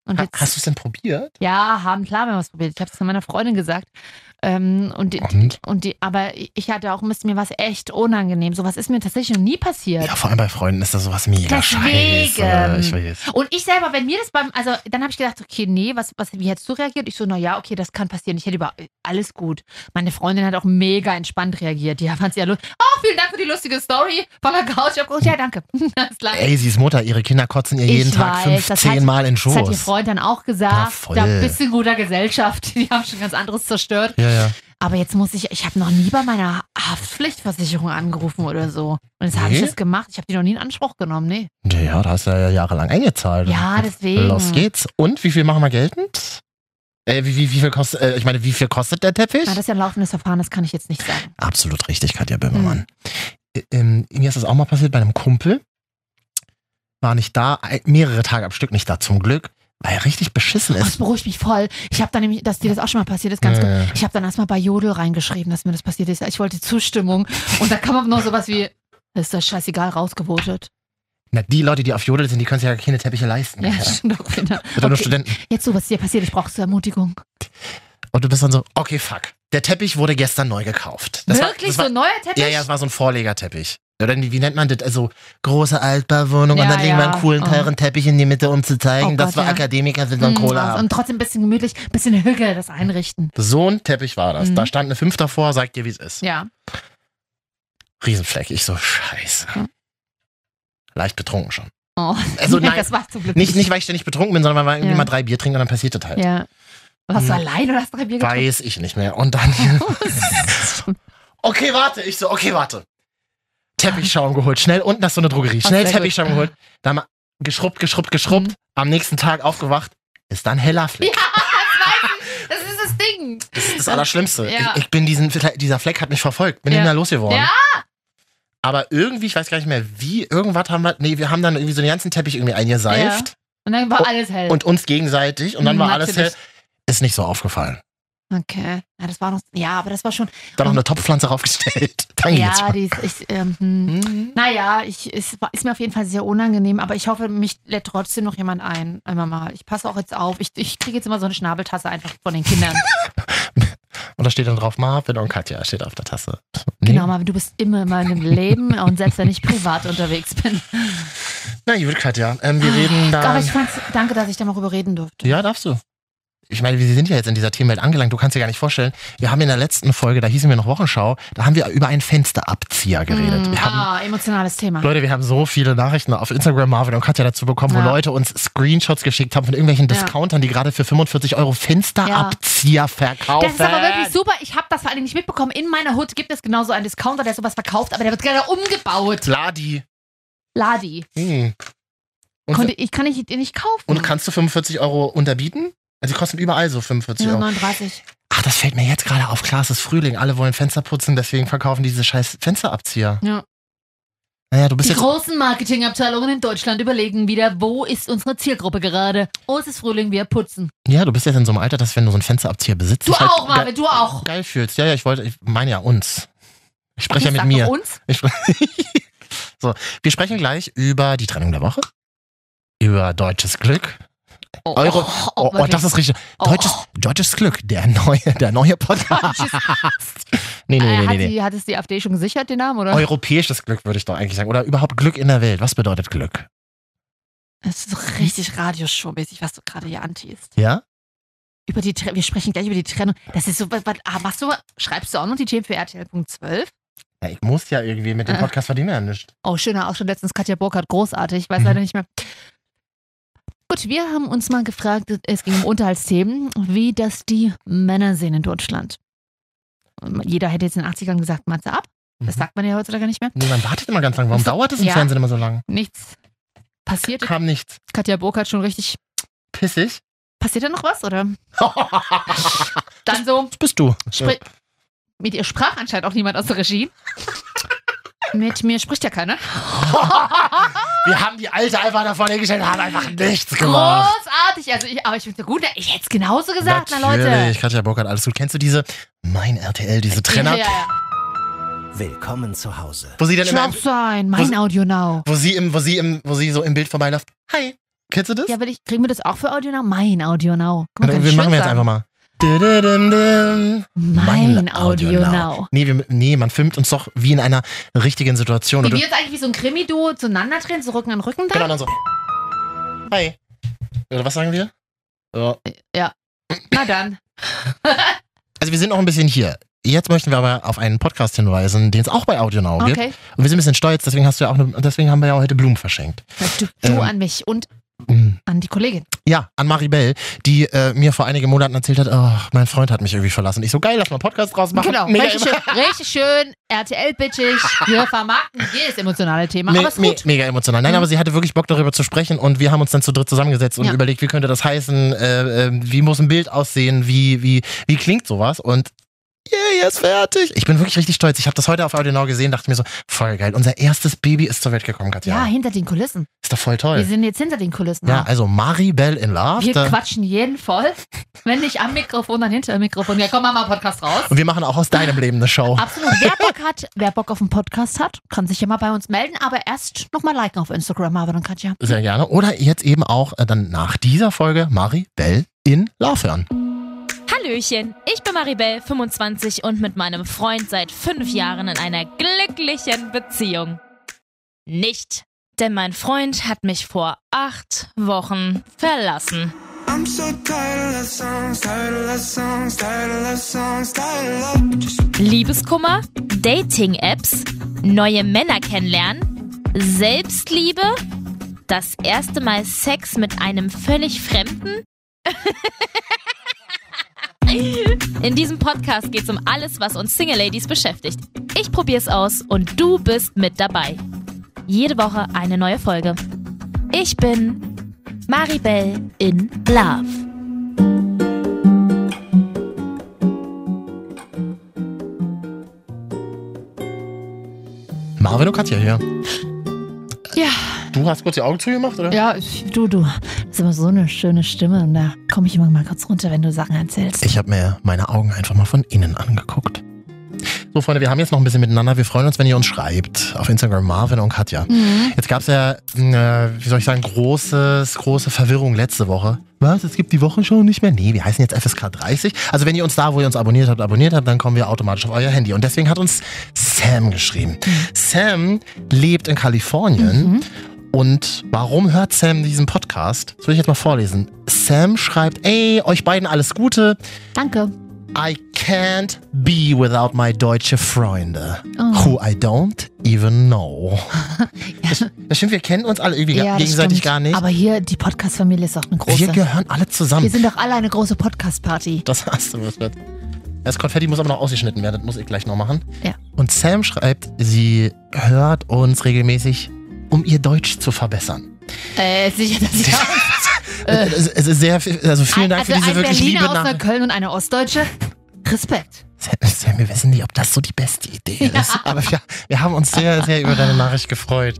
Und
Ha,
jetzt,
hast du es denn probiert?
ja, haben klar, wir haben was probiert. Ich habe es zu meiner Freundin gesagt. Ähm, und die,
Und?
und die, aber ich hatte auch, müsste mir was echt unangenehm. Sowas ist mir tatsächlich noch nie passiert.
Ja, vor allem bei Freunden ist das sowas mega
Deswegen.
scheiße. Ich weiß.
Und ich selber, wenn mir das beim, also dann habe ich gedacht, okay, nee, was, was, wie hättest du reagiert? Ich so, na ja, okay, das kann passieren. Ich hätte über alles gut. Meine Freundin hat auch mega entspannt reagiert. Die fand sie ja lustig. Oh, vielen Dank für die lustige Story. Von der Couch abgerutscht. Ja, danke. Alles klar.
Ey, sie ist Mutter, ihre Kinder kotzen ihr
Ich
jeden Tag
weiß, das
15
hat-
Mal in den
Das hat ihr
Schoß.
Freund dann auch
Ja,
gesagt.
voll.
da bist du in guter Gesellschaft. Die haben schon ganz anderes zerstört.
Ja, ja.
Aber jetzt muss ich, ich habe noch nie bei meiner Haftpflichtversicherung angerufen oder so. Und jetzt habe ich
Nee?
das gemacht. Ich habe die noch nie in Anspruch genommen. Nee.
Ja, da hast du ja jahrelang eingezahlt.
Ja, deswegen.
Los geht's. Und wie viel machen wir geltend? Äh, wie, wie, wie viel kostet, äh, ich meine, wie viel kostet der Teppich?
Na, das ist ja ein laufendes Verfahren, das kann ich jetzt nicht sagen.
Absolut richtig, Katja
Hm.
Böhmermann. Äh, Ähm, mir ist das auch mal passiert bei einem Kumpel. War nicht da, ein- mehrere Tage am Stück nicht da, zum Glück, weil er richtig beschissen
Oh, das
ist.
beruhigt mich voll. Ich habe da nämlich, dass dir das auch schon mal passiert ist, ganz gut.
Äh,
Ich habe dann erstmal bei Jodel reingeschrieben, dass mir das passiert ist. Ich wollte Zustimmung. Und da kam aber noch sowas wie, ist das scheißegal, rausgevotet.
na, die Leute, die auf Jodel sind, die können sich ja keine Teppiche leisten.
Ja,
Ja.
stimmt auch wieder.
Oder nur
Okay,
Studenten.
jetzt so, was ist dir passiert? Ich brauche zur Ermutigung.
Und du bist dann so, okay, fuck. Der Teppich wurde gestern neu gekauft. Das war-
Wirklich
das war,
so ein neuer Teppich?
Ja, ja, es war so ein Vorlegerteppich. Oder wie nennt man das? Also große Altbauwohnung
Ja,
und dann legen wir
ja.
einen coolen,
Oh.
teuren Teppich in die Mitte, um zu zeigen,
Oh
dass
Gott,
wir
ja.
Akademiker sind
Mm,
und Kohle
was.
haben.
Und trotzdem ein bisschen gemütlich, ein bisschen Hügel das einrichten.
So ein Teppich war das.
Mhm.
Da stand eine Fünf davor, sagt ihr, wie es ist.
Ja.
Riesenfleck. Ich so, scheiße. Leicht betrunken schon.
Oh.
Also nein,
das war zum Glück
nicht, nicht, weil ich ständig betrunken bin, sondern weil wir irgendwie
Ja.
mal drei Bier trinken und dann passiert das halt.
Ja. Warst du
Hm.
allein oder hast du drei Bier getrunken?
Weiß ich nicht mehr. Und dann, okay, warte. Ich so, okay, warte. Teppichschaum geholt. Schnell unten nach so eine Drogerie.
Ach,
Schnell
sehr
Teppichschaum
gut. Mhm.
geholt. Da mal geschrubbt, geschrubbt, geschrubbt. Am nächsten Tag aufgewacht. Ist dann heller Fleck.
Das ist das Ding.
Das ist das Allerschlimmste.
Ja.
Ich, ich bin diesen, dieser Fleck hat mich verfolgt. Bin
Ja.
ja. da losgeworden.
Ja.
Aber irgendwie, ich weiß gar nicht mehr wie, irgendwas haben wir, nee, wir haben dann irgendwie so den ganzen Teppich irgendwie eingeseift
Und dann war alles hell.
Oh, und uns gegenseitig und dann
Mhm,
war alles hell.
natürlich.
Ist nicht so aufgefallen.
Okay. Ja, das war noch. Ja, aber das war schon.
Dann noch eine Topfpflanze raufgestellt. Dann geht's.
ja, die ist. Ich, ähm, hm.
Mhm.
Naja, ich, es war- ist mir auf jeden Fall sehr unangenehm, aber ich hoffe, mich lädt trotzdem noch jemand ein. Einmal mal. Ich passe auch jetzt auf. Ich, ich kriege jetzt immer so eine Schnabeltasse einfach von den Kindern.
Und da steht dann drauf Marvin und Katja, steht auf der Tasse. Nee.
genau, Marvin, du bist immer in meinem Leben und selbst wenn ich privat unterwegs bin.
Na gut, Katja, ähm, wir reden
Aber
da.
Ah, ich fand's, danke, dass ich darüber reden durfte.
Ja, darfst du. Ich meine, wir sind ja jetzt in dieser Themenwelt angelangt. Du kannst dir gar nicht vorstellen, wir haben in der letzten Folge, da hießen wir noch Wochenschau, da haben wir über einen Fensterabzieher geredet.
Mm,
Wir haben
ah, emotionales Thema.
Leute, wir haben so viele Nachrichten auf Instagram, Marvin und Katja dazu bekommen, wo
Ja.
Leute uns Screenshots geschickt haben von irgendwelchen
Ja.
Discountern, die gerade für 45 Euro Fensterabzieher verkaufen.
Das ist aber wirklich super. Ich habe das vor allem nicht mitbekommen. In meiner Hood gibt es genauso einen Discounter, der sowas verkauft, aber der wird gerade umgebaut.
Ladi.
Ladi.
Hm. Und-
Konnte, ich kann ich den nicht kaufen.
Und kannst du 45 Euro unterbieten? Also die kosten überall so 45
ja,
Euro.
39.
Ach, das fällt mir jetzt gerade auf. Klar, es ist Frühling. Alle wollen Fenster putzen, deswegen verkaufen die diese scheiß Fensterabzieher.
Ja.
Naja, du bist
Die
jetzt.
großen Marketingabteilungen in Deutschland überlegen wieder, wo ist unsere Zielgruppe gerade? Oh, es ist Frühling, wir putzen.
Ja, du bist jetzt in so einem Alter, dass wenn du so einen Fensterabzieher besitzt,
Du
dich
auch,
halt
Marvin, du auch.
ge geil fühlst. Ja, ja, ich wollte, ich meine ja uns. Ich spreche ja
Ich
mit
sag
mir.
doch Uns?
Ich so, wir sprechen gleich über die Trennung der Woche, über deutsches Glück.
Oh,
Euro,
oh,
oh, oh,
wirklich.
das ist richtig.
Oh,
Deutsches, deutsches Glück, der neue, der neue Podcast. nee, nee,
Äh,
nee,
hat,
nee, nee.
die, hat es die AfD schon gesichert, den Namen, oder?
Europäisches Glück würde ich doch eigentlich sagen. Oder überhaupt Glück in der Welt. Was bedeutet Glück?
Es ist so richtig Radioshow-mäßig, was du gerade hier antiest.
Ja?
Über die, Tre- wir sprechen gleich über die Trennung. Das ist so, was, was, ah, machst du, schreibst du auch noch die Themen für RTL.12?
ja ich muss ja irgendwie mit dem
Äh.
Podcast verdienen ja nichts.
Oh, schöner Ausschnitt letztens Katja Burkhardt, großartig, weiß
Mhm.
leider nicht mehr. Gut, wir haben uns mal gefragt, es ging um Unterhaltsthemen, wie das die Männer sehen in Deutschland. Jeder hätte jetzt in den 80ern gesagt, Matze ab. Das
Mhm.
sagt man ja heutzutage nicht mehr.
Nee, man wartet immer ganz lang. Warum
So,
dauert es im
ja.
Fernsehen immer so lang?
Nichts passiert.
Kam nichts.
Katja Burkhardt schon richtig.
Pissig.
Passiert da noch was, oder? Dann so,
Bist du.
sprich, mit ihr sprach anscheinend auch niemand aus der Regie. Mit mir spricht ja keiner.
Wir haben die Alte einfach davon hingestellt und haben einfach nichts gemacht.
Großartig. Also ich, aber ich finde gut, ich hätte es genauso gesagt,
Natürlich,
na Leute.
Katja Burkhardt, alles gut. Kennst du diese, mein RTL, diese Trainer,
Ja, ja, ja.
Willkommen zu Hause.
wo sie dann immer,
Schlaf sein, mein
Was-
Audio Now.
wo sie im, wo sie im, wo sie so im Bild vorbeiläuft. Hi. Kennst du das? Genau,
Ja, will ich, kriegen wir das auch für Audio Now? Mein Audio Now. Guck mal, kann
wir
ich
machen wir
schön
jetzt
sagen.
einfach mal. Dü-dü-dü-dü.
Mein Audio Now.
Nee, wir, nee, man filmt uns doch wie in einer richtigen Situation.
Wie
oder?
wir jetzt eigentlich wie so ein Krimi-Duo zueinander drehen, so Rücken an Rücken
Genau,
dann?
dann so. Hi. Oder was sagen wir?
Äh.
Äh, Ja. Genau.
Na dann.
Also wir sind noch ein bisschen hier. Jetzt möchten wir aber auf einen Podcast hinweisen, den es auch bei AudioNow gibt.
Okay.
Und wir sind ein bisschen stolz, deswegen hast du ja auch, ne, deswegen haben wir ja heute Blumen verschenkt.
Du, du
Ähm.
an mich und
Mhm.
an die Kollegin.
Ja, an Marie Bell, die äh, mir vor einigen Monaten erzählt hat, ach, mein Freund hat mich irgendwie verlassen. Ich so, geil, lass mal einen Podcast draus machen.
Genau.
mega,
Richtig schön, richtig schön. RTL-bitchig. Wir vermarkten jedes emotionale Thema.
me
Aber ist
me
gut.
mega emotional. Nein,
Mhm.
aber sie hatte wirklich Bock darüber zu sprechen und wir haben uns dann zu dritt zusammengesetzt und
Ja.
überlegt, wie könnte das heißen, äh, äh, wie muss ein Bild aussehen, wie, wie, wie klingt sowas und yeah, er ist fertig. Ich bin wirklich richtig stolz. Ich habe das heute auf AudioNow gesehen, dachte mir so, voll geil. Unser erstes Baby ist zur Welt gekommen,
Ja,
Katja.
hinter den Kulissen.
Ist doch voll
Wir
toll.
sind jetzt hinter den Kulissen.
Ja, also Marie Bell in Love.
Wir
Da-
quatschen jeden voll. Wenn nicht am Mikrofon, dann hinter dem Mikrofon. Ja, komm, mach mal Podcast raus.
Und wir machen auch aus deinem Leben eine Show.
Absolut. Wer Bock hat, wer Bock auf einen Podcast hat, kann sich ja mal bei uns melden, aber erst nochmal liken auf Instagram, Marvin und Katja.
Sehr gerne. Oder jetzt eben auch äh, dann nach dieser Folge Marie Bell in Love hören.
Hallöchen, ich bin Maribel, 25 und mit meinem Freund seit fünf Jahren in einer glücklichen Beziehung. Nicht, denn mein Freund hat mich vor acht Wochen verlassen.
I'm so tired of love songs, tired of love songs, tired of love songs, tired of love. Just
Liebeskummer, Dating-Apps, neue Männer kennenlernen, Selbstliebe, das erste Mal Sex mit einem völlig Fremden. In diesem Podcast geht es um alles, was uns Single Ladies beschäftigt. Ich probier's aus und du bist mit dabei. Jede Woche eine neue Folge. Ich bin Maribel in Love.
Marvin und Katja hier.
Ja.
Du hast kurz die Augen zugemacht, oder?
Ja, ich, du, du. Das ist immer so eine schöne Stimme und da komme ich immer mal kurz runter, wenn du Sachen erzählst.
Ich habe mir meine Augen einfach mal von innen angeguckt. So, Freunde, wir haben jetzt noch ein bisschen miteinander. Wir freuen uns, wenn ihr uns schreibt. Auf Instagram Marvin und Katja. Jetzt gab es ja, äh, wie soll ich sagen, großes, große Verwirrung letzte Woche. Was? Es gibt die Woche schon nicht mehr? Nee, wir heißen jetzt FSK 30. Also wenn ihr uns da, wo ihr uns abonniert habt, abonniert habt, dann kommen wir automatisch auf euer Handy. Und deswegen hat uns Sam geschrieben. Sam lebt in Kalifornien. Und warum hört Sam diesen Podcast? Das will ich jetzt mal vorlesen. Sam schreibt, ey, euch beiden alles Gute.
Danke.
I can't be without my deutsche Freunde,
Oh.
who I don't even know. Das, das stimmt, wir kennen uns alle irgendwie
das
gegenseitig
stimmt.
gar nicht.
Aber hier, die Podcast-Familie ist auch eine große.
wir gehören alle
Wir
zusammen.
sind doch alle eine große Podcast-Party.
Das hast du. Das, wird. das Konfetti muss aber noch ausgeschnitten werden, das muss ich gleich noch machen.
Ja.
Und Sam schreibt, sie hört uns regelmäßig, um ihr Deutsch zu verbessern.
Äh, sicher, dass ich Äh.
Es es ist sehr, viel- also vielen Dank
also
für diese
ein
wirklich
Berliner
liebe
aus einer
Nachricht.
Köln und eine Ostdeutsche. Respekt.
Sam, Sam, wir wissen nicht, ob das so die beste Idee ist. Aber wir, wir haben uns sehr, sehr über deine Nachricht gefreut.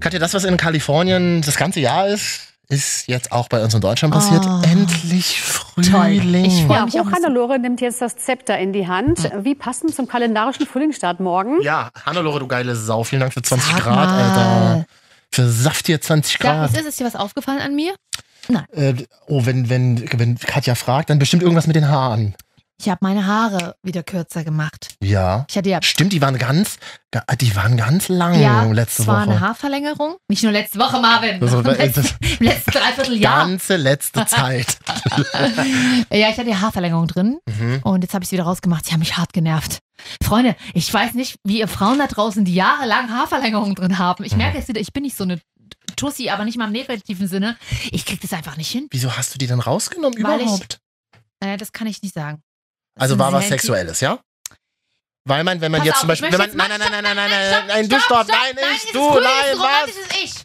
Katja, das, was in Kalifornien das ganze Jahr ist, ist jetzt auch bei uns in Deutschland passiert.
Oh.
Endlich Frühling.
Ich freue mich auch.
Hannelore nimmt jetzt das Zepter in die Hand. Wie passend zum kalendarischen Frühlingsstart morgen.
ja, Hannelore, du geile Sau. Vielen Dank für 20
Sag
Grad,
mal.
Alter. Für Saft hier 20
Sag,
Grad.
was ist, ist dir was aufgefallen an mir?
Äh, oh, wenn, wenn, wenn Katja fragt, dann bestimmt irgendwas mit den Haaren.
Ich habe meine Haare wieder kürzer gemacht.
Ja.
Ich hatte ja,
Stimmt, die waren ganz, ga- die waren ganz lang
ja
Oh, letzte
es war eine
Woche.
Haarverlängerung. Nicht nur letzte Woche, Marvin.
Das war-
Im letzten,
das-
Im letzten Dreivierteljahr.
Ganze letzte Zeit.
Ja, ich hatte die Haarverlängerung drin
mhm.
und jetzt habe ich sie wieder rausgemacht. Sie haben mich hart genervt. Freunde, ich weiß nicht, wie ihr Frauen da draußen, die jahrelang Haarverlängerungen drin haben.
Mhm.
Ich merke es wieder, ich bin nicht so eine Tussi, aber nicht mal im negativen Sinne. Ich krieg das einfach nicht hin.
Wieso hast du die denn rausgenommen
Weil ich-
überhaupt?
Naja, das kann ich nicht sagen. Das
Also
sind
war
sehr
was
intim-
Sexuelles, ja? Weil man, wenn man
Pass
jetzt
auf,
zum
ich
Beispiel, wenn
möchte
man,
jetzt
nein,
mal-
nein, nein, nein, nein, nein,
Stopp,
nein, nein, du
stopp,
stopp,
stopp,
nein,
nein,
nicht
es
du,
ist cool, es
nein,
ist romantisch,
was? Äh.
es ist ich.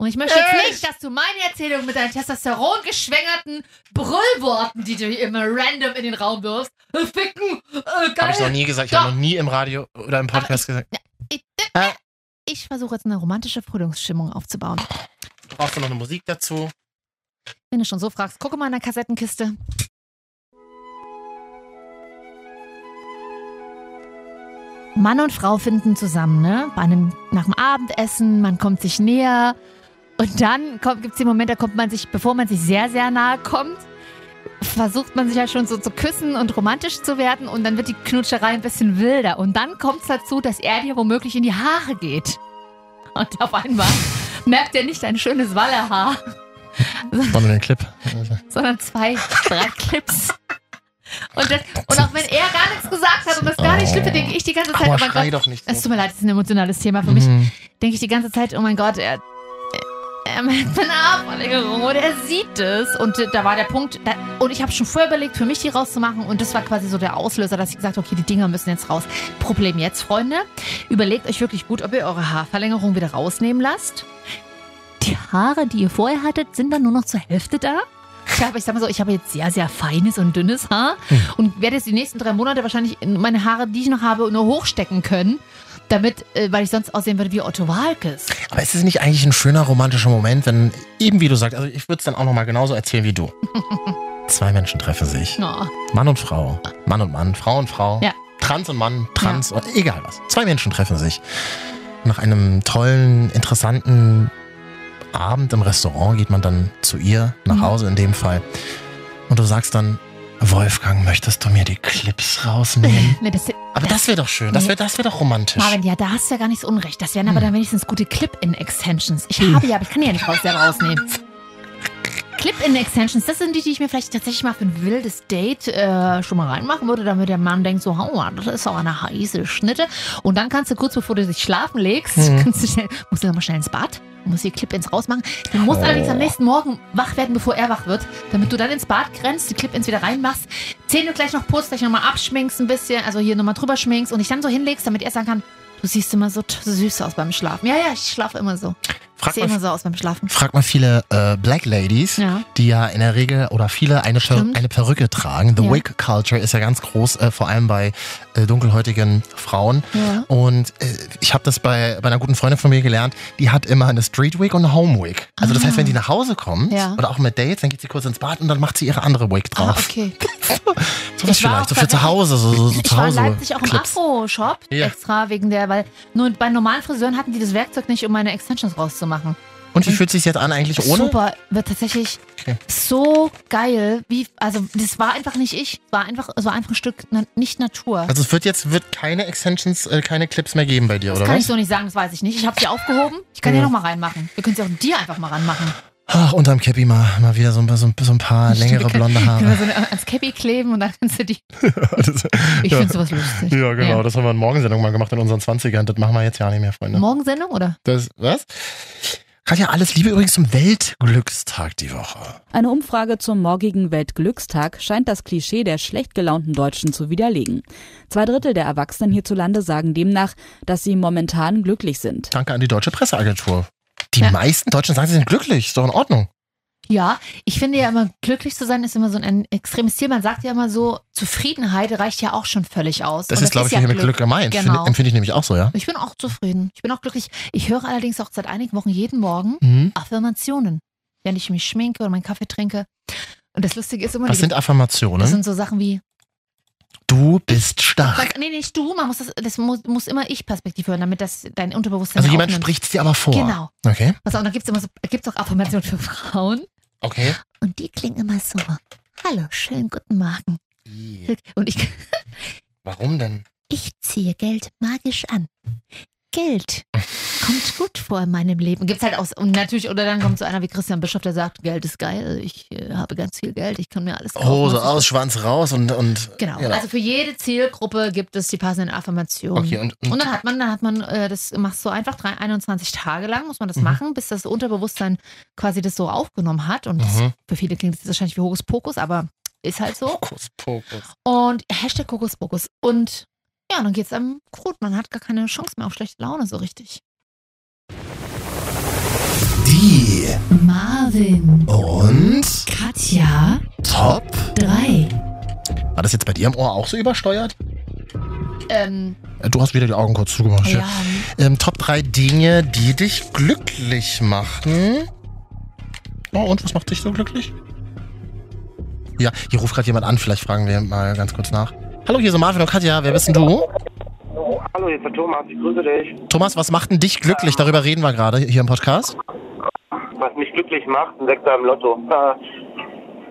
Und ich möchte jetzt
Ich.
nicht, dass du meine Erzählung mit deinen Testosteron geschwängerten Brüllworten, die du hier immer random in den Raum wirfst, äh, ficken, äh,
Habe ich noch
geil.
nie gesagt, ich
Doch.
habe noch nie im Radio oder im Podcast gesagt.
Ich,
Äh.
ich versuche jetzt eine romantische Frühlingsstimmung aufzubauen.
Du brauchst doch noch eine Musik dazu.
Wenn du schon so fragst, gucke mal in der Kassettenkiste. Mann und Frau finden zusammen, ne? Bei einem, nach dem Abendessen, man kommt sich näher. Und dann gibt es den Moment, da kommt man sich, bevor man sich sehr, sehr nahe kommt, versucht man sich ja schon so zu küssen und romantisch zu werden. Und dann wird die Knutscherei ein bisschen wilder. Und dann kommt es dazu, dass er dir womöglich in die Haare geht. Und auf einmal merkt er nicht dein schönes Wallehaar
Sondern den Clip.
sondern zwei, drei Clips. Und, das, und auch wenn er gar nichts gesagt hat und das gar nicht schlimmste, denke ich die ganze Zeit, oh
Aua,
mein
schrei
Gott.
doch nicht
Es
so.
tut mir leid, es ist ein emotionales Thema für mich.
Mhm.
Denke ich die ganze Zeit, oh mein Gott, er, er merkt meine Armverlängerung oder er sieht es. Und äh, da war der Punkt, da, und ich habe schon vorher überlegt, für mich die rauszumachen. Und das war quasi so der Auslöser, dass ich gesagt habe, okay, die Dinger müssen jetzt raus. Problem jetzt, Freunde, überlegt euch wirklich gut, ob ihr eure Haarverlängerung wieder rausnehmen lasst. Die Haare, die ihr vorher hattet, sind dann nur noch zur Hälfte da. Ich habe, ich sag mal so, ich habe jetzt sehr, sehr feines und dünnes Haar und werde jetzt die nächsten drei Monate wahrscheinlich meine Haare, die ich noch habe, nur hochstecken können, damit, äh, weil ich sonst aussehen würde wie Otto Walkes.
Aber ist es nicht eigentlich ein schöner romantischer Moment, wenn, eben wie du sagst, also ich würde es dann auch nochmal genauso erzählen wie du. Zwei Menschen treffen sich.
Oh.
Mann und Frau. Mann und Mann. Frau und Frau.
Ja.
Trans und Mann. Trans. Und, egal was. Zwei Menschen treffen sich. Nach einem tollen, interessanten Abend im Restaurant geht man dann zu ihr, nach
Mhm.
Hause in dem Fall. Und du sagst dann, Wolfgang, möchtest du mir die Clips rausnehmen?
Nee, das,
Aber das wäre doch schön. Das wäre das wär doch romantisch.
Marvin, ja, da hast du ja gar nicht so unrecht. Das wären aber dann wenigstens gute Clip-In-Extensions. Ich habe ja, aber ich kann die ja nicht raus, selber rausnehmen. Clip-In-Extensions, das sind die, die ich mir vielleicht tatsächlich mal für ein wildes Date äh, schon mal reinmachen würde, damit der Mann denkt so, hau, das ist aber eine heiße Schnitte. Und dann kannst du kurz bevor du dich schlafen legst,
Mhm.
kannst du schnell, musst du nochmal schnell ins Bad, musst die Clip-Ins rausmachen. Du musst
Oh.
allerdings am nächsten Morgen wach werden, bevor er wach wird, damit du dann ins Bad grenzt, die Clip-Ins wieder reinmachst, Zähne gleich noch putzt, gleich nochmal abschminkst ein bisschen, also hier nochmal drüber schminkst und dich dann so hinlegst, damit er sagen kann, du siehst immer so t- süß aus beim Schlafen. Ja, ja, ich schlafe immer so.
Frag
ich sehe
mal-
immer so aus beim Schlafen.
Frag mal viele äh, Black Ladies,
Ja.
die ja in der Regel oder viele eine, per
Stimmt.
eine Perücke tragen. The
Ja.
Wig Culture ist ja ganz groß, äh, vor allem bei äh, dunkelhäutigen Frauen.
Ja.
Und äh, ich habe das bei, bei einer guten Freundin von mir gelernt, die hat immer eine Street Wig und eine Home Wig. Also das heißt, wenn die nach Hause kommt
Ah. Ja.
oder auch mit Dates, dann geht sie kurz ins Bad und dann macht sie ihre andere Wig
Ah,
drauf.
okay.
So was
Ich war
vielleicht,
auch
so für zu
tatsächlich-
Hause, so, so, so
Ich
zu
war in
Hause.
Leipzig auch im
Clips.
Afro-Shop
Ja.
extra wegen der, weil nur bei normalen Friseuren hatten die das Werkzeug nicht, um meine Extensions rauszumachen.
Und wie fühlt sich jetzt an eigentlich ohne?
Super, wird tatsächlich
Okay.
so geil. Wie, also das war einfach nicht ich, war einfach, es war einfach ein Stück na, nicht Natur.
Also es wird jetzt wird keine Extensions, äh, keine Clips mehr geben bei dir,
das
oder
kann
was?
ich so nicht sagen, das weiß ich nicht. Ich habe sie aufgehoben, ich kann ja.
Ja.
die nochmal reinmachen. Wir können sie auch dir einfach mal ranmachen.
Ach, unterm Käppi mal, mal wieder so, ein- so, ein- so ein paar längere
Wir können-
blonde
Können wir
Haare.
so eine- ans Cappy kleben und dann kannst du die.
Das-
Ich
ja.
finde sowas lustig.
ja, genau. Das haben wir in Morgensendung mal gemacht in unseren 20ern. Das machen wir jetzt ja nicht mehr, Freunde.
Morgensendung, oder?
Das, was? Katja, alles Liebe übrigens zum Weltglückstag die Woche.
Eine Umfrage zum morgigen Weltglückstag scheint das Klischee der schlecht gelaunten Deutschen zu widerlegen. Zwei Drittel der Erwachsenen hierzulande sagen demnach, dass sie momentan glücklich sind.
Danke an die Deutsche Presseagentur. Die
Ja.
meisten Deutschen sagen, sie sind glücklich. Ist doch in Ordnung.
Ja, ich finde ja immer, glücklich zu sein ist immer so ein extremes Ziel. Man sagt ja immer so, Zufriedenheit reicht ja auch schon völlig aus.
Das
Und
ist, glaube ich,
ja
hier mit Glück gemeint.
Genau.
Finde, empfinde ich nämlich auch so, ja?
Ich bin auch zufrieden. Ich bin auch glücklich. Ich höre allerdings auch seit einigen Wochen jeden Morgen
Mhm.
Affirmationen, wenn ich mich schminke oder meinen Kaffee trinke. Und das Lustige ist immer,
Was
die-
sind
das
Affirmationen?
sind so Sachen wie,
Du bist stark.
nee, nicht du, man muss das, das muss, muss immer ich-Perspektive hören, damit das dein Unterbewusstsein
Also
ja
jemand
aufnimmt.
spricht es dir aber vor.
Genau.
Okay.
Pass auf, und dann gibt es immer so, gibt's auch Affirmationen für Frauen.
Okay.
Und die klingen immer so. Hallo, schönen guten Morgen. Und ich,
Warum denn?
ich ziehe Geld magisch an. Geld kommt gut vor in meinem Leben. Gibt's halt aus. Und natürlich, oder dann kommt so einer wie Christian Bischof, der sagt, Geld ist geil, ich äh, habe ganz viel Geld, ich kann mir alles kaufen.
Hose
was ich
aus, Schwanz raus und. und
will. Genau. Also für jede Zielgruppe gibt es die passenden Affirmationen.
Okay, und- und-
dann hat man, dann hat man, äh, das machst du einfach drei, 21 Tage lang, muss man das
Mhm.
machen, bis das Unterbewusstsein quasi das so aufgenommen hat. Und das,
Mhm.
für viele klingt das wahrscheinlich wie Hokuspokus, aber ist halt so.
Fokus, Fokus.
Und Hashtag Kokuspokus. Und ja, dann geht's einem gut. Man hat gar keine Chance mehr auf schlechte Laune so richtig.
Die
Marvin,
Und
Katja,
top.
3.
War das jetzt bei dir im Ohr auch so übersteuert?
Ähm,
Äh, Du hast wieder die Augen kurz zugemacht.
ja.
Ja. Ähm, top 3 Dinge, die dich glücklich machen. Oh, und was macht dich so glücklich? Ja, hier ruft gerade jemand an, vielleicht fragen wir mal ganz kurz nach. Hallo, hier sind Marvin und Katja, wer bist denn du?
Hallo, hier ist der Thomas, ich grüße dich.
Thomas, was macht denn dich glücklich? Darüber reden wir gerade hier im Podcast.
Was mich glücklich macht, ein Sechser im Lotto.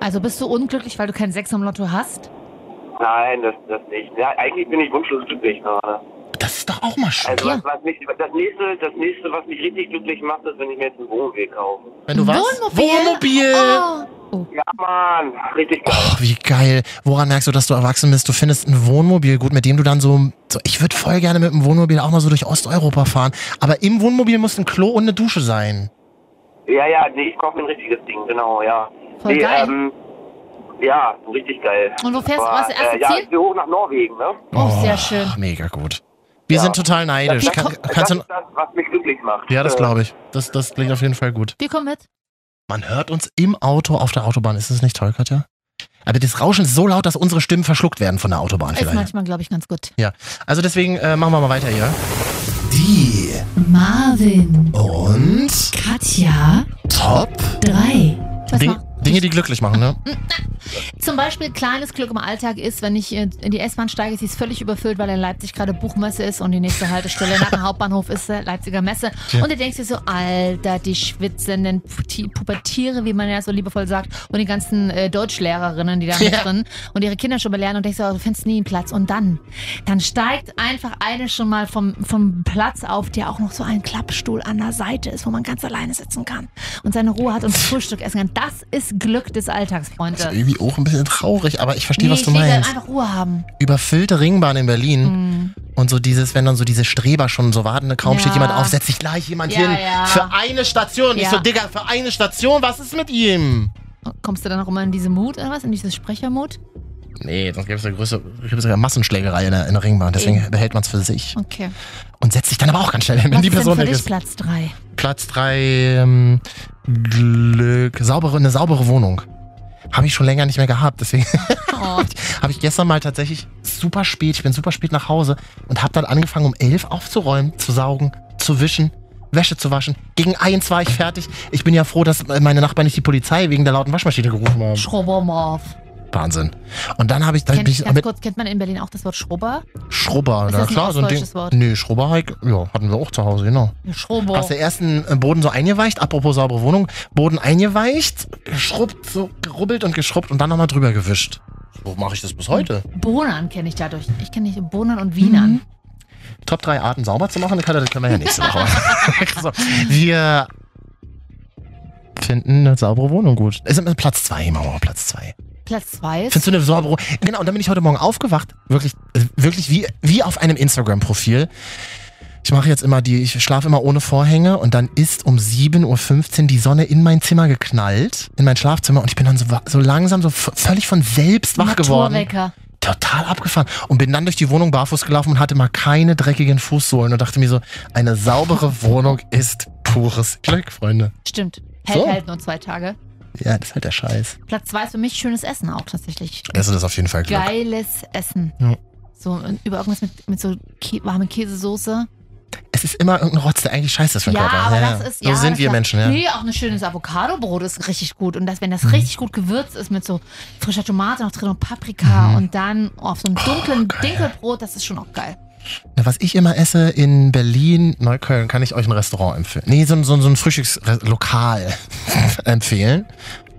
Also bist du unglücklich, weil du keinen Sex im Lotto hast?
Nein, das, das nicht. Ja, eigentlich bin ich wunschlos glücklich gerade.
Das ist doch auch mal schön.
Also was, was mich, das, nächste, das nächste, was mich richtig glücklich macht, ist, wenn ich mir jetzt einen Wohnweg kaufe.
Wenn du was?
Wohnmobil! Oh.
Ja, Mann, richtig geil.
Oh, wie geil. Woran merkst du, dass du erwachsen bist? Du findest ein Wohnmobil gut, mit dem du dann so. so ich würde voll gerne mit dem Wohnmobil auch mal so durch Osteuropa fahren. Aber im Wohnmobil muss ein Klo und eine Dusche sein.
Ja, ja, nee, ich kaufe mir ein richtiges Ding, genau, ja.
Voll
nee,
geil.
Ähm, ja, richtig geil.
Und wo fährst du? Was ist das erste
äh, Ja,
Ziel?
ich will hoch nach Norwegen, ne?
Oh, sehr schön.
Mega gut. Wir sind total neidisch.
Das,
Kann,
das,
kannst
das
du,
ist das, was mich glücklich macht.
ja, das
Äh,
glaube ich. Das, das klingt auf jeden Fall gut.
Wir kommen mit.
Man hört uns im Auto auf der Autobahn. Ist das nicht toll, Katja? Aber das Rauschen ist so laut, dass unsere Stimmen verschluckt werden von der Autobahn
Ist
vielleicht.
manchmal, glaube ich, ganz gut.
Ja. Also deswegen äh, machen wir mal weiter hier.
Die
Marvin,
und
Katja,
Top
3. Was
Ding,
macht? Mhm.
Dinge, die glücklich machen, ne?
Zum Beispiel kleines Glück im Alltag ist, wenn ich äh, in die S-Bahn steige, sie ist völlig überfüllt, weil in Leipzig gerade Buchmesse ist und die nächste Haltestelle nach dem Hauptbahnhof ist äh, Leipziger Messe.
Tja.
Und du denkst dir so, Alter, die schwitzenden Puti- Pubertiere, wie man ja so liebevoll sagt, und die ganzen äh, Deutschlehrerinnen, die da mit
Ja.
drin und ihre Kinder schon belehren und denkst so, du findest nie einen Platz. Und dann, dann steigt einfach eine schon mal vom, vom Platz auf, der auch noch so ein Klappstuhl an der Seite ist, wo man ganz alleine sitzen kann und seine Ruhe hat und Frühstück essen kann. Das ist Glück des Alltags, Freunde.
Das ist irgendwie auch ein bisschen traurig, aber ich verstehe,
Nee,
was du
ich will
meinst.
einfach Ruhe haben.
Überfüllte Ringbahn in Berlin und so dieses, wenn dann so diese Streber schon so warten, ne? kaum
Mhm. Ja.
steht jemand auf, setzt sich gleich jemand
Ja,
hin.
ja.
Für eine Station. Ich
Ja.
so, Digga, für eine Station, was ist mit ihm?
Kommst du dann auch immer in diese Mut oder was? In dieses Sprechermut?
Nee, sonst gäbe es eine größere gäbe es eine Massenschlägerei in der, in der Ringbahn. Deswegen
Eben.
behält man es für sich.
Okay.
Und setzt sich dann aber auch ganz schnell hin, wenn
was
die
ist
Person
denn
weg
für dich Platz
ist.
3?
Platz 3, ähm, Glück, saubere, eine saubere Wohnung. Habe ich schon länger nicht mehr gehabt, deswegen
Oh.
habe ich gestern mal tatsächlich super spät, ich bin super spät nach Hause und habe dann angefangen, um elf aufzuräumen, zu saugen, zu wischen, Wäsche zu waschen. Gegen eins war ich fertig. Ich bin ja froh, dass äh, meine Nachbarn nicht die Polizei wegen der lauten Waschmaschine gerufen haben.
Schrobomow.
Wahnsinn. Und dann habe ich, dann
Kennt,
bin ich
ganz
mit
kurz, kennt man in Berlin auch das Wort Schrubber?
Schrubber,
Ist
na
das ein
klar, so ein Ding.
ostdeutsches Wort?
Nee, Schrubber, ja, hatten wir auch zu Hause, genau.
Schrubber.
Hast du erst den äh, Boden so eingeweicht, apropos saubere Wohnung, Boden eingeweicht, geschrubbt, so gerubbelt und geschrubbt und dann nochmal drüber gewischt. So mache ich das bis heute.
Bohnen kenne ich dadurch. Ich kenne nicht Bohnen und Wienern.
Mhm. Top 3 Arten sauber zu machen, Katja, das können wir ja nächste Woche. machen. so, wir finden eine saubere Wohnung gut. Ist immer Platz 2, machen wir mal Platz 2.
Platz 2 ist.
Findest du eine saubere Wohnung? Genau, und dann bin ich heute Morgen aufgewacht, wirklich, äh, wirklich wie, wie auf einem Instagram-Profil. Ich mache jetzt immer die, ich schlafe immer ohne Vorhänge und dann ist um 7.15 Uhr die Sonne in mein Zimmer geknallt, in mein Schlafzimmer und ich bin dann so, wa- so langsam, so v- völlig von selbst wach geworden.
Naturwecker.
Total abgefahren. Und bin dann durch die Wohnung barfuß gelaufen und hatte mal keine dreckigen Fußsohlen und dachte mir so, eine saubere Wohnung ist pures Glück, Freunde.
Stimmt. Hält
So.
halt nur zwei Tage.
Ja, das ist halt der Scheiß.
Platz 2 ist für mich schönes Essen auch tatsächlich.
Also das ist auf jeden Fall Glück.
Geiles Essen.
Ja.
So äh, über irgendwas mit, mit so Kä warme Käsesoße.
Es ist immer irgendein Rotz, der eigentlich scheiße ist für den
Ja,
Körper.
aber
Ja,
das ist
so
ja.
sind
das
wir
ist-
Menschen, ja. Hm.
Nee, auch ein schönes Avocado-Brot ist richtig gut. Und das, wenn das richtig gut gewürzt ist mit so frischer Tomate noch drin und
Hm.
Paprika und dann auf so
Oh,
einem dunklen Dinkelbrot, das ist schon auch geil.
Na, Was ich immer esse in Berlin, Neukölln, kann ich euch ein Restaurant empfehlen. Nee, so, ein- so, ein- so ein Frühstückslokal empfehlen.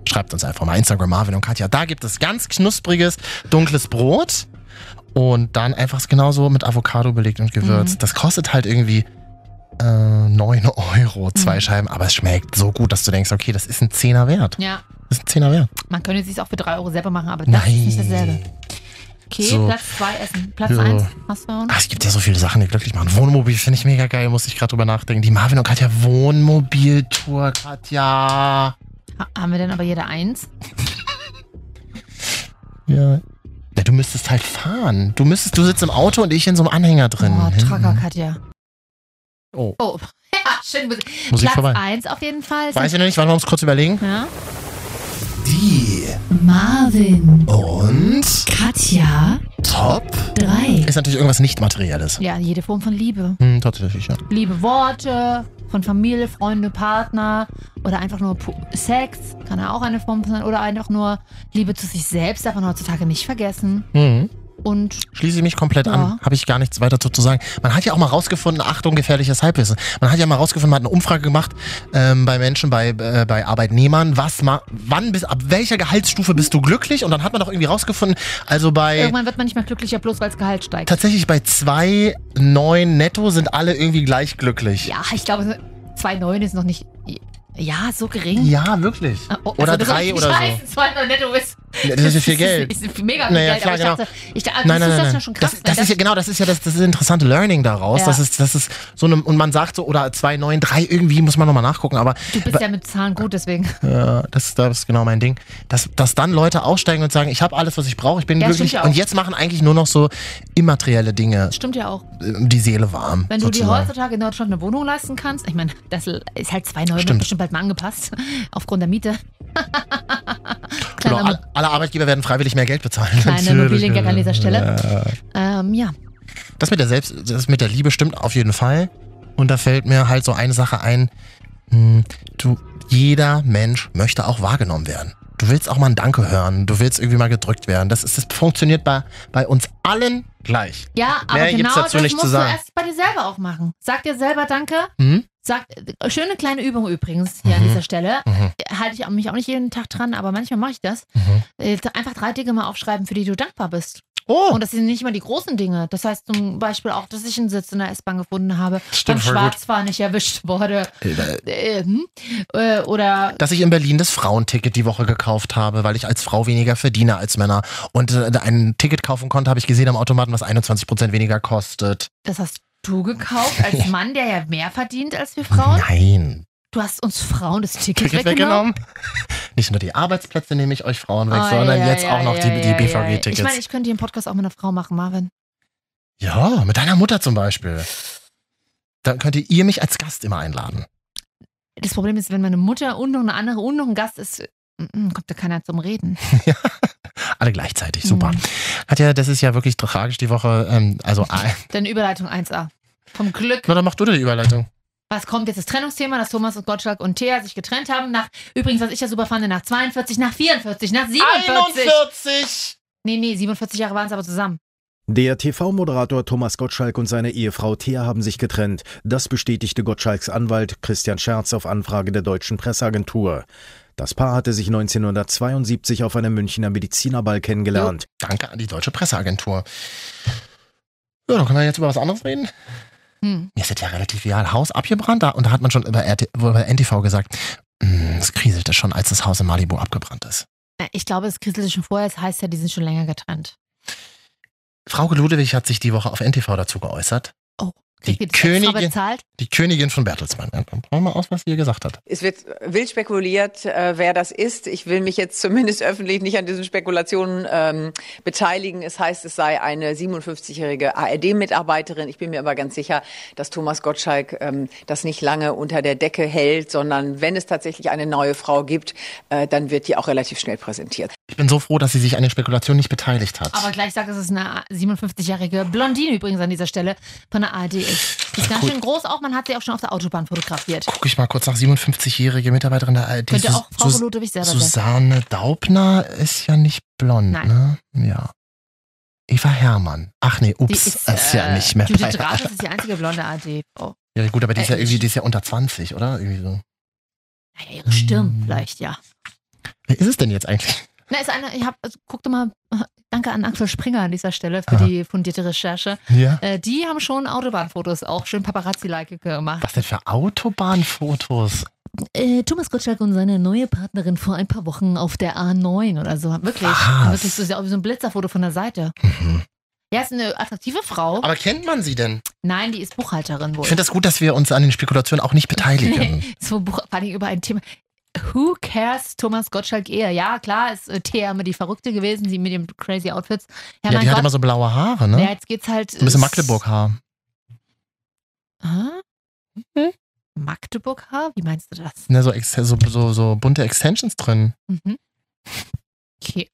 Schreibt uns einfach mal Instagram Marvin und Katja. Da gibt es ganz knuspriges, dunkles Brot und dann einfach genauso mit Avocado belegt und gewürzt.
Mhm.
Das kostet halt irgendwie äh, 9 Euro, zwei
Mhm.
Scheiben, aber es schmeckt so gut, dass du denkst, okay, das ist ein Zehner wert.
Ja,
Das ist ein Zehner wert.
man könnte es sich auch für 3 Euro selber machen, aber das ist nicht dasselbe. Okay,
So.
Platz 2 Essen. Platz
Ja.
1, hast du
Ach, es gibt ja so viele Sachen, die glücklich machen. Wohnmobil finde ich mega geil, muss ich gerade drüber nachdenken. Die Marvin und Katja Wohnmobiltour, Katja.
Ha haben wir denn aber jeder eins?
Ja. ja. Du müsstest halt fahren. Du müsstest, du sitzt im Auto und ich in so einem Anhänger drin.
Oh,
Hinten.
Tracker, Katja.
Oh.
Oh, ja, schön. Musik
Musik
Platz
vorbei.
1 auf jeden Fall.
Weiß ich noch nicht, wollen wir uns kurz überlegen?
Ja.
Die
Marvin.
und
Katja.
Top
Drei.
Ist natürlich irgendwas nicht Materielles.
Ja, jede Form von Liebe.
Hm, tatsächlich, ja.
Liebe Worte von Familie, Freunde, Partner oder einfach nur pu- Sex. Kann ja auch eine Form sein. Oder einfach nur Liebe zu sich selbst. Darf man heutzutage nicht vergessen.
Mhm.
Und
Schließe ich mich komplett an.
Ja.
Habe ich gar nichts weiter dazu zu sagen. Man hat ja auch mal rausgefunden, Achtung, gefährliches Halbwissen. Man hat ja mal rausgefunden, man hat eine Umfrage gemacht ähm, bei Menschen, bei, äh, bei Arbeitnehmern, was ma wann bis ab welcher Gehaltsstufe bist du glücklich? Und dann hat man doch irgendwie rausgefunden, also bei
irgendwann wird man nicht mehr glücklicher, bloß weil das Gehalt steigt.
tatsächlich bei 2,9 netto sind alle irgendwie gleich glücklich.
Ja, ich glaube, 2,9 ist noch nicht. Ja, so gering. Ah,
Ja, wirklich.
oh, also
Oder drei oder so.
200 netto ist.
Ja, das ist ja viel Geld.
Ist, ist mega viel
Naja,
Geld,
klar,
aber ich
genau.
dachte, ich dachte,
Nein, nein,
Also das
nein.
ist ja
nein.
schon krass.
Das, das ist ja genau, das ist ja das, das ist das interessante Learning daraus.
Ja.
Das ist, das ist so eine, und man sagt so, oder 2, 9, 3, irgendwie muss man nochmal nachgucken, aber
du bist ja mit Zahlen gut, deswegen.
Ja, das, das ist genau mein Ding. Dass, dass dann Leute aussteigen und sagen, ich habe alles, was ich brauche, ich bin
Ja,
glücklich.
stimmt ja auch.
Und jetzt machen eigentlich nur noch so immaterielle Dinge
Stimmt ja auch.
äh, die Seele warm.
Wenn du dir
sozusagen.
heutzutage in Deutschland eine Wohnung leisten kannst, ich meine, das ist halt 2,9
Stimmt.
wird bestimmt bald mal angepasst, aufgrund der Miete.
Oder
Kleiner-
Genau, alle, alle Arbeitgeber werden freiwillig mehr Geld bezahlen.
Kleine
Natürlich.
Immobiliengag an dieser Stelle.
Ja.
Ähm, ja.
Das mit der Selbst, das mit der Liebe stimmt auf jeden Fall. Und da fällt mir halt so eine Sache ein. Hm, Du, jeder Mensch möchte auch wahrgenommen werden. Du willst auch mal ein Danke hören. Du willst irgendwie mal gedrückt werden. Das, ist, das funktioniert bei, bei uns allen gleich.
Ja, aber
Mehr
genau
gibt's dazu
das
nicht
musst
zu sagen.
du erst bei dir selber auch machen. Sag dir selber Danke.
Hm?
Sag, äh, schöne kleine Übung übrigens hier an
Mhm.
dieser Stelle.
Mhm.
Halte ich auch- mich auch nicht jeden Tag dran, aber manchmal mache ich das. Äh, Einfach drei Dinge mal aufschreiben, für die du dankbar bist.
Oh.
Und das sind nicht immer die großen Dinge. Das heißt zum Beispiel auch, dass ich einen Sitz in der S-Bahn gefunden habe, beim
Stimmt, voll gut.
Schwarzfahren nicht erwischt wurde.
Äh,
Äh, hm? Äh, Oder
dass ich in Berlin das Frauenticket die Woche gekauft habe, weil ich als Frau weniger verdiene als Männer. Und äh, ein Ticket kaufen konnte, habe ich gesehen am Automaten, was 21% weniger kostet.
das hast du gekauft als Mann, der ja mehr verdient als wir Frauen.
Nein.
Du hast uns Frauen das Ticket,
Ticket weggenommen. Nicht nur die Arbeitsplätze nehme ich euch Frauen weg,
Ah,
sondern
ja,
jetzt
ja,
auch noch
ja,
die, die
ja, ja.
BVG-Tickets.
Ich meine, ich könnte hier einen Podcast auch mit einer Frau machen, Marvin.
ja, mit deiner Mutter zum Beispiel. Dann könntet ihr mich als Gast immer einladen.
Das Problem ist, wenn meine Mutter und noch eine andere und noch ein Gast ist, mm, mm, kommt da keiner zum Reden.
Alle gleichzeitig, super.
Mhm.
Hat ja, das ist ja wirklich tragisch die Woche. Ähm, also, ein-
Deine Überleitung 1a. Vom Glück.
na, dann mach du dir die Überleitung.
Was kommt jetzt das Trennungsthema, dass Thomas und Gottschalk und Thea sich getrennt haben? Nach, übrigens, was ich ja super fand, nach 42, nach 44, nach 47.
41!
Nee, nee, 47 Jahre waren es aber zusammen.
Der TV-Moderator Thomas Gottschalk und seine Ehefrau Thea haben sich getrennt. Das bestätigte Gottschalks Anwalt Christian Scherz auf Anfrage der deutschen Presseagentur. Das Paar hatte sich 1972 auf einem Münchner Medizinerball kennengelernt.
Danke an die deutsche Presseagentur. Ja, dann können wir jetzt über was anderes reden.
Hm.
Mir ist das ja relativ real. Haus abgebrannt, da, und da hat man schon über, RT, wohl bei NTV gesagt, "Mm, es kriselte schon, als das Haus in Malibu abgebrannt ist.
Na, Äh, Ich glaube, es kriselte schon vorher. Es heißt ja, die sind schon länger getrennt.
Frauke Ludewig hat sich die Woche auf NTV dazu geäußert.
Oh,
die
die extra
Königin,
bezahlt?
die Königin von Bertelsmann. Dann Hör mal aus, was sie hier gesagt hat.
Es wird wild spekuliert, äh, wer das ist. Ich will mich jetzt zumindest öffentlich nicht an diesen Spekulationen ähm, beteiligen. Es heißt, es sei eine 57-jährige ARD-Mitarbeiterin. Ich bin mir aber ganz sicher, dass Thomas Gottschalk ähm, das nicht lange unter der Decke hält, sondern wenn es tatsächlich eine neue Frau gibt, äh, dann wird die auch relativ schnell präsentiert.
Ich bin so froh, dass sie sich an den Spekulationen nicht beteiligt hat.
Aber gleich sagt, dass es eine 57-jährige Blondine übrigens an dieser Stelle von der ARD ist. E. Die ist ganz
Cool.
schön groß auch. Man hat sie auch schon auf der Autobahn fotografiert.
Guck ich mal kurz nach 57-jährige Mitarbeiterin der ARD.
Könnte
Sus-
auch Frau
Sus-
Ludewig selber sein.
Susanne Daubner ist ja nicht blond,
Nein.
ne? Ja. Eva Hermann. Ach nee, ups,
Die
ist,
ist,
ja
äh,
nicht mehr
Judith
bei der-
Dreyfuss ist die einzige blonde AD. Oh.
Ja, gut, aber die ist ja
Äh,
irgendwie, die ist ja unter 20, oder? Irgendwie so.
Naja, ihre Stirn vielleicht, ja.
Wer ist es denn jetzt eigentlich?
Na, ist eine, ich hab, also, guck doch mal, danke an Axel Springer an dieser Stelle für
Aha.
die fundierte Recherche.
Ja.
Äh, die haben schon Autobahnfotos auch schön Paparazzi-like gemacht.
Was denn für Autobahnfotos?
Äh, Thomas Gottschalk und seine neue Partnerin vor ein paar Wochen auf der A9 oder so. Wirklich. also
Was?
Wirklich so, so ein Blitzerfoto von der Seite. Ja, ist eine attraktive Frau.
Mhm. Aber kennt man sie denn?
Nein, die ist Buchhalterin wohl.
Ich finde das gut, dass wir uns an den Spekulationen auch nicht beteiligen.
Nee, so Buch, vor allem über ein Thema. Who cares Thomas Gottschalk eher? Ja, klar, ist äh, Thea immer die Verrückte gewesen, die mit dem crazy Outfits.
Ja, die hat immer so blaue Haare, ne?
Ja, jetzt geht's halt.
So ein bisschen
äh,
Magdeburg-Haar.
Ah? Magdeburg-Haar? Wie meinst du das?
Ne, so, ex- so, so, so bunte Extensions drin.
Mhm. Okay.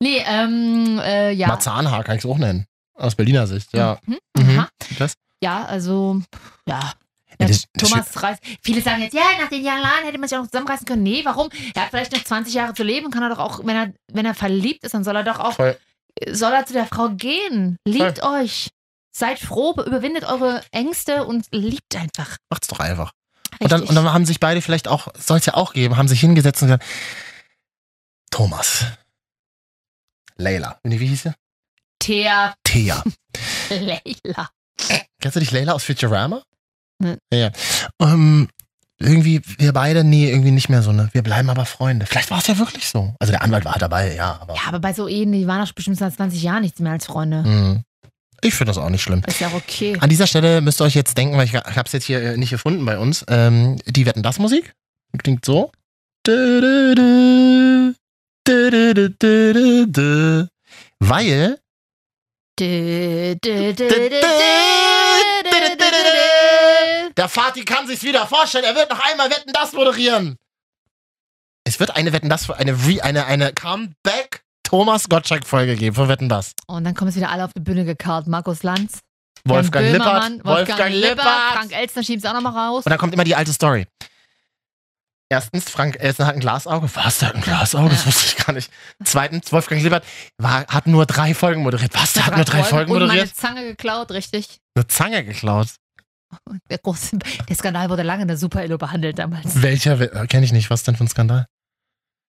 Nee, ähm, äh, ja.
Marzahnhaar kann ich es auch nennen. Aus Berliner Sicht, ja.
Mhm.
Mhm.
Aha.
Das?
Ja, also, ja.
Ja, das- das
Thomas reißt. Viele sagen jetzt, ja, nach den Jahren Lahn hätte man sich auch noch zusammenreißen können. Nee, warum? Er hat vielleicht noch 20 Jahre zu leben, kann er doch auch, wenn er, wenn er verliebt ist, dann soll er doch auch,
Voll.
soll er zu der Frau gehen. Liebt euch. Seid froh, überwindet eure Ängste und liebt einfach.
Macht's doch einfach. Und dann, und dann haben sich beide vielleicht auch, soll es ja auch geben, haben sich hingesetzt und gesagt, Thomas, Leila, Nee, wie hieß sie?
Thea,
Thea.
Leila.
Kennst du dich Leila aus Futurama?
Nee.
Ja. Ähm, irgendwie, wir beide, nee, irgendwie nicht mehr so, ne? Wir bleiben aber Freunde. Vielleicht war es ja wirklich so. Also der Anwalt war dabei, ja, aber
Ja, aber bei so Ehen, die waren doch bestimmt seit 20 Jahren nichts mehr als Freunde.
mh, hm. ich finde das auch nicht schlimm.
Ist ja auch okay.
An dieser Stelle müsst ihr euch jetzt denken, weil ich habe es jetzt hier äh, nicht gefunden bei uns. Ähm, die Wetten das Musik klingt so. Du-du-du, du-du-du-du-du-du. Weil
Dö, dö, dö, dö, dö, dö, dö, dö, dö.
der Fatih kann sich's wieder vorstellen. Er wird noch einmal Wetten das moderieren. Es wird eine Wetten das eine Re, eine eine Comeback Thomas Gottschalk Folge geben von Wetten das.
Und dann kommen sie wieder alle auf die Bühne gekarrt. Markus Lanz, Jan
Wolfgang Lippert,
Böhmermann, Wolfgang, Lippert,
Lippert.
Frank Elstner schiebt es auch nochmal raus.
Und dann kommt immer die alte Story. Erstens, Frank Elsen hat ein Glasauge. Was, der hat ein Glasauge? Das wusste ich gar nicht. Zweitens, Wolfgang Liebert war, hat nur drei Folgen moderiert. Was, der hat nur drei Folgen
Und meine
moderiert?
Zange geklaut, richtig.
Eine Zange geklaut.
Der, große, der Skandal wurde lange in der Super-Elo behandelt damals.
Welcher? Kenne ich nicht. Was denn für ein Skandal?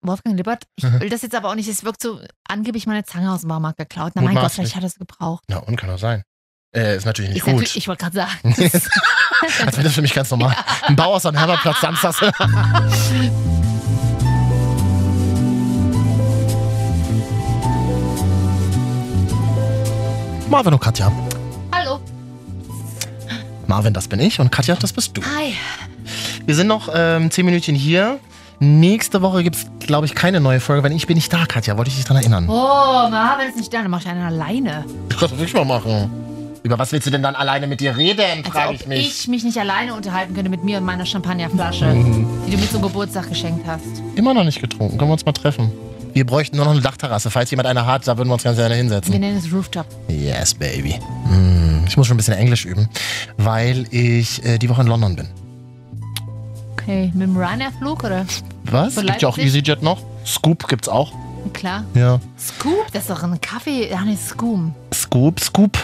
Wolfgang Lippert, ich
Mhm.
will das jetzt aber auch nicht, es wirkt so angeblich meine Zange aus dem Baumarkt geklaut. Na mein Gott,
Mutmaßlich.
vielleicht hat er es gebraucht.
Na, und kann doch sein. Äh, ist natürlich nicht
Ist natürlich-
gut.
ich wollte gerade sagen.
Als wäre das für mich ganz normal. Ein Bauhaus am Herbertplatz samstags. Marvin und Katja.
Hallo.
Marvin, das bin ich und Katja, das bist du.
Hi.
Wir sind noch ähm, zehn Minütchen hier. Nächste Woche gibt es, glaube ich, keine neue Folge, weil ich bin nicht da, Katja. Wollte ich dich daran erinnern.
Oh, Marvin ist nicht da, dann mach ich einen alleine.
Das kannst du nicht mal machen. Über was willst du denn dann alleine mit dir reden, frage ich
Ob
mich.
ich mich nicht alleine unterhalten könnte mit mir und meiner Champagnerflasche,
Mhm.
die du mir zum Geburtstag geschenkt hast.
Immer noch nicht getrunken. Können wir uns mal treffen? Wir bräuchten nur noch eine Dachterrasse. Falls jemand eine hat, da würden wir uns ganz gerne
Wir
hinsetzen.
nennen es Rooftop.
Yes, baby. Mm, Ich muss schon ein bisschen Englisch üben, weil ich äh, die Woche in London bin.
Okay, mit dem Ryanair-Flug oder?
Was?
Von
Gibt ja auch
Leipzig?
EasyJet noch. Scoop gibt's auch.
Klar.
Ja.
Scoop, das ist doch ein Kaffee. Ach nee, Scoop.
Scoop, Scoop.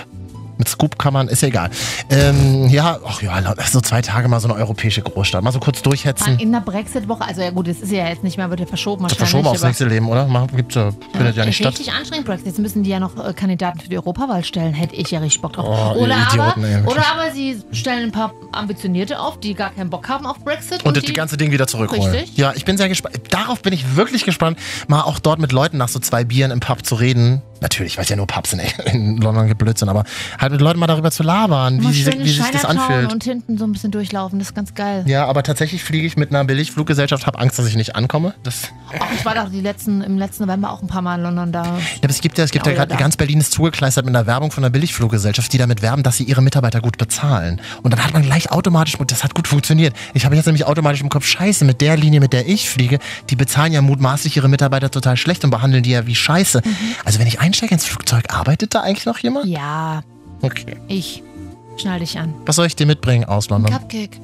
Mit Scoop kann man, ist ja egal. Ähm, ja, ach ja, so zwei Tage mal so eine europäische Großstadt. Mal so kurz durchhetzen.
In der Brexit-Woche, also ja gut, das ist ja jetzt nicht mehr, wird ja verschoben
Das
Ah, wahrscheinlich.
war schon mal aufs
aber-
nächste Leben, oder? Mach- Gibt's ja, findet ja nicht statt.
Richtig anstrengend, Brexit. Jetzt müssen die ja noch äh, Kandidaten für die Europawahl stellen. Hätte ich ja richtig Bock drauf.
Oh, ihr
oder,
Idioten,
aber,
ey, wirklich.
oder aber sie stellen ein paar Ambitionierte auf, die gar keinen Bock haben auf Brexit.
Und das ganze Ding wieder zurückholen.
Richtig.
Ja, ich bin sehr gespannt. Darauf bin ich wirklich gespannt, mal auch dort mit Leuten nach so zwei Bieren im Pub zu reden. Natürlich, weil es ja nur Pubs in, in London gibt Blödsinn, aber halt mit Leuten mal darüber zu labern, wie,
Immer
sie-
schön in
wie sich das
Chinatown
anfühlt.
Und hinten so ein bisschen durchlaufen, das ist ganz geil.
Ja, aber tatsächlich fliege ich mit einer Billigfluggesellschaft, habe Angst, dass ich nicht ankomme. Das, ja,
Ach, ich war doch die letzten, im letzten November auch ein paar Mal in London da.
aber es gibt ja, es gibt ja,
Genau, Ja, oder
gerade
da.
ganz Berlin ist zugekleistert mit einer Werbung von einer Billigfluggesellschaft, die damit werben, dass sie ihre Mitarbeiter gut bezahlen. Und dann hat man gleich automatisch, und das hat gut funktioniert. Ich habe jetzt nämlich automatisch im Kopf, scheiße, mit der Linie, mit der ich fliege, die bezahlen ja mutmaßlich ihre Mitarbeiter total schlecht und behandeln die ja wie scheiße. Also wenn ich einsteige ins Flugzeug, arbeitet da eigentlich noch jemand?
Mhm. Ja,
Okay.
ich schnall dich an.
Was soll ich dir mitbringen aus London?
Cupcake.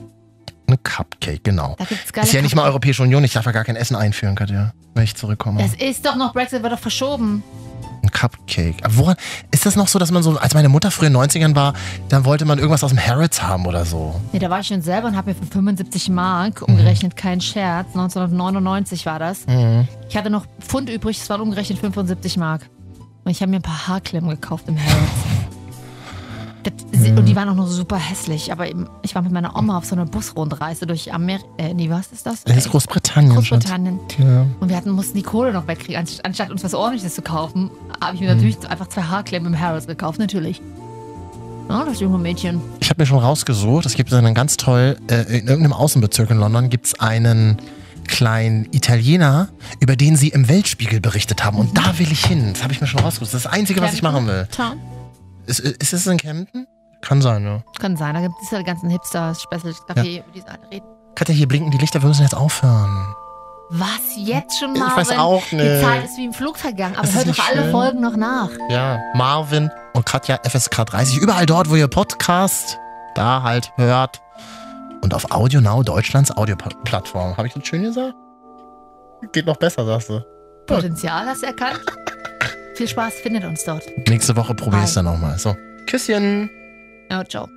Ein Cupcake, genau.
Da gibt's geile
Ist ja nicht mal Europäische Union, ich darf ja gar kein Essen einführen, Katja, wenn ich zurückkomme.
Es ist doch noch Brexit, wird doch verschoben.
Ein Cupcake. Aber woran, ist das noch so, dass man so, als meine Mutter früher in den 90ern war, dann wollte man irgendwas aus dem Harrods haben oder so?
Nee, da war ich schon selber und habe mir für 75 Mark, umgerechnet kein Scherz, 1999 war das,
Mhm.
Ich hatte noch Pfund übrig, es waren umgerechnet 75 Mark. Und ich habe mir ein paar Haarklemmen gekauft im Harrods. Das, sie- Und
Mhm.
die waren auch noch super hässlich. Aber eben, ich war mit meiner Oma auf so einer Busrundreise durch Amerika. Äh, nee, was ist das?
Das ist Großbritannien.
Großbritannien.
Schatz. Ja.
Und wir hatten, mussten die Kohle noch wegkriegen. Anst- Anstatt uns was Ordentliches zu kaufen, habe ich mir
Mhm.
natürlich einfach zwei Haarklemmen im Harrods gekauft, natürlich. Ja, das junge Mädchen.
Ich habe mir schon rausgesucht, es gibt so einen ganz toll, äh, in irgendeinem Außenbezirk in London gibt es einen kleinen Italiener, über den sie im Weltspiegel berichtet haben. Und da will ich hin. Das habe ich mir schon rausgesucht. Das ist das Einzige, was ich machen will.
Town.
Ist, ist es in Camden? Kann sein, ja.
Kann sein, da gibt es ja die ganzen Hipsters, Special Café, über die sie alle reden.
Katja, hier blinken die Lichter, wir müssen jetzt aufhören.
Was jetzt schon,
Ich
Marvin?
weiß auch
Die
nicht.
Zeit ist wie im Flug vergangen, aber
Ist das
hört doch
nicht
alle
schön?
Folgen noch nach.
Ja, Marvin und Katja FSK 30. Überall dort, wo ihr Podcast da halt hört. Und auf Audio Now, Deutschlands Audioplattform. Habe ich das schön gesagt? Geht noch besser, sagst du.
Potenzial hast du erkannt. Viel Spaß, findet uns dort.
Nächste Woche probier ich's dann nochmal. So. Küsschen.
Ja, ciao.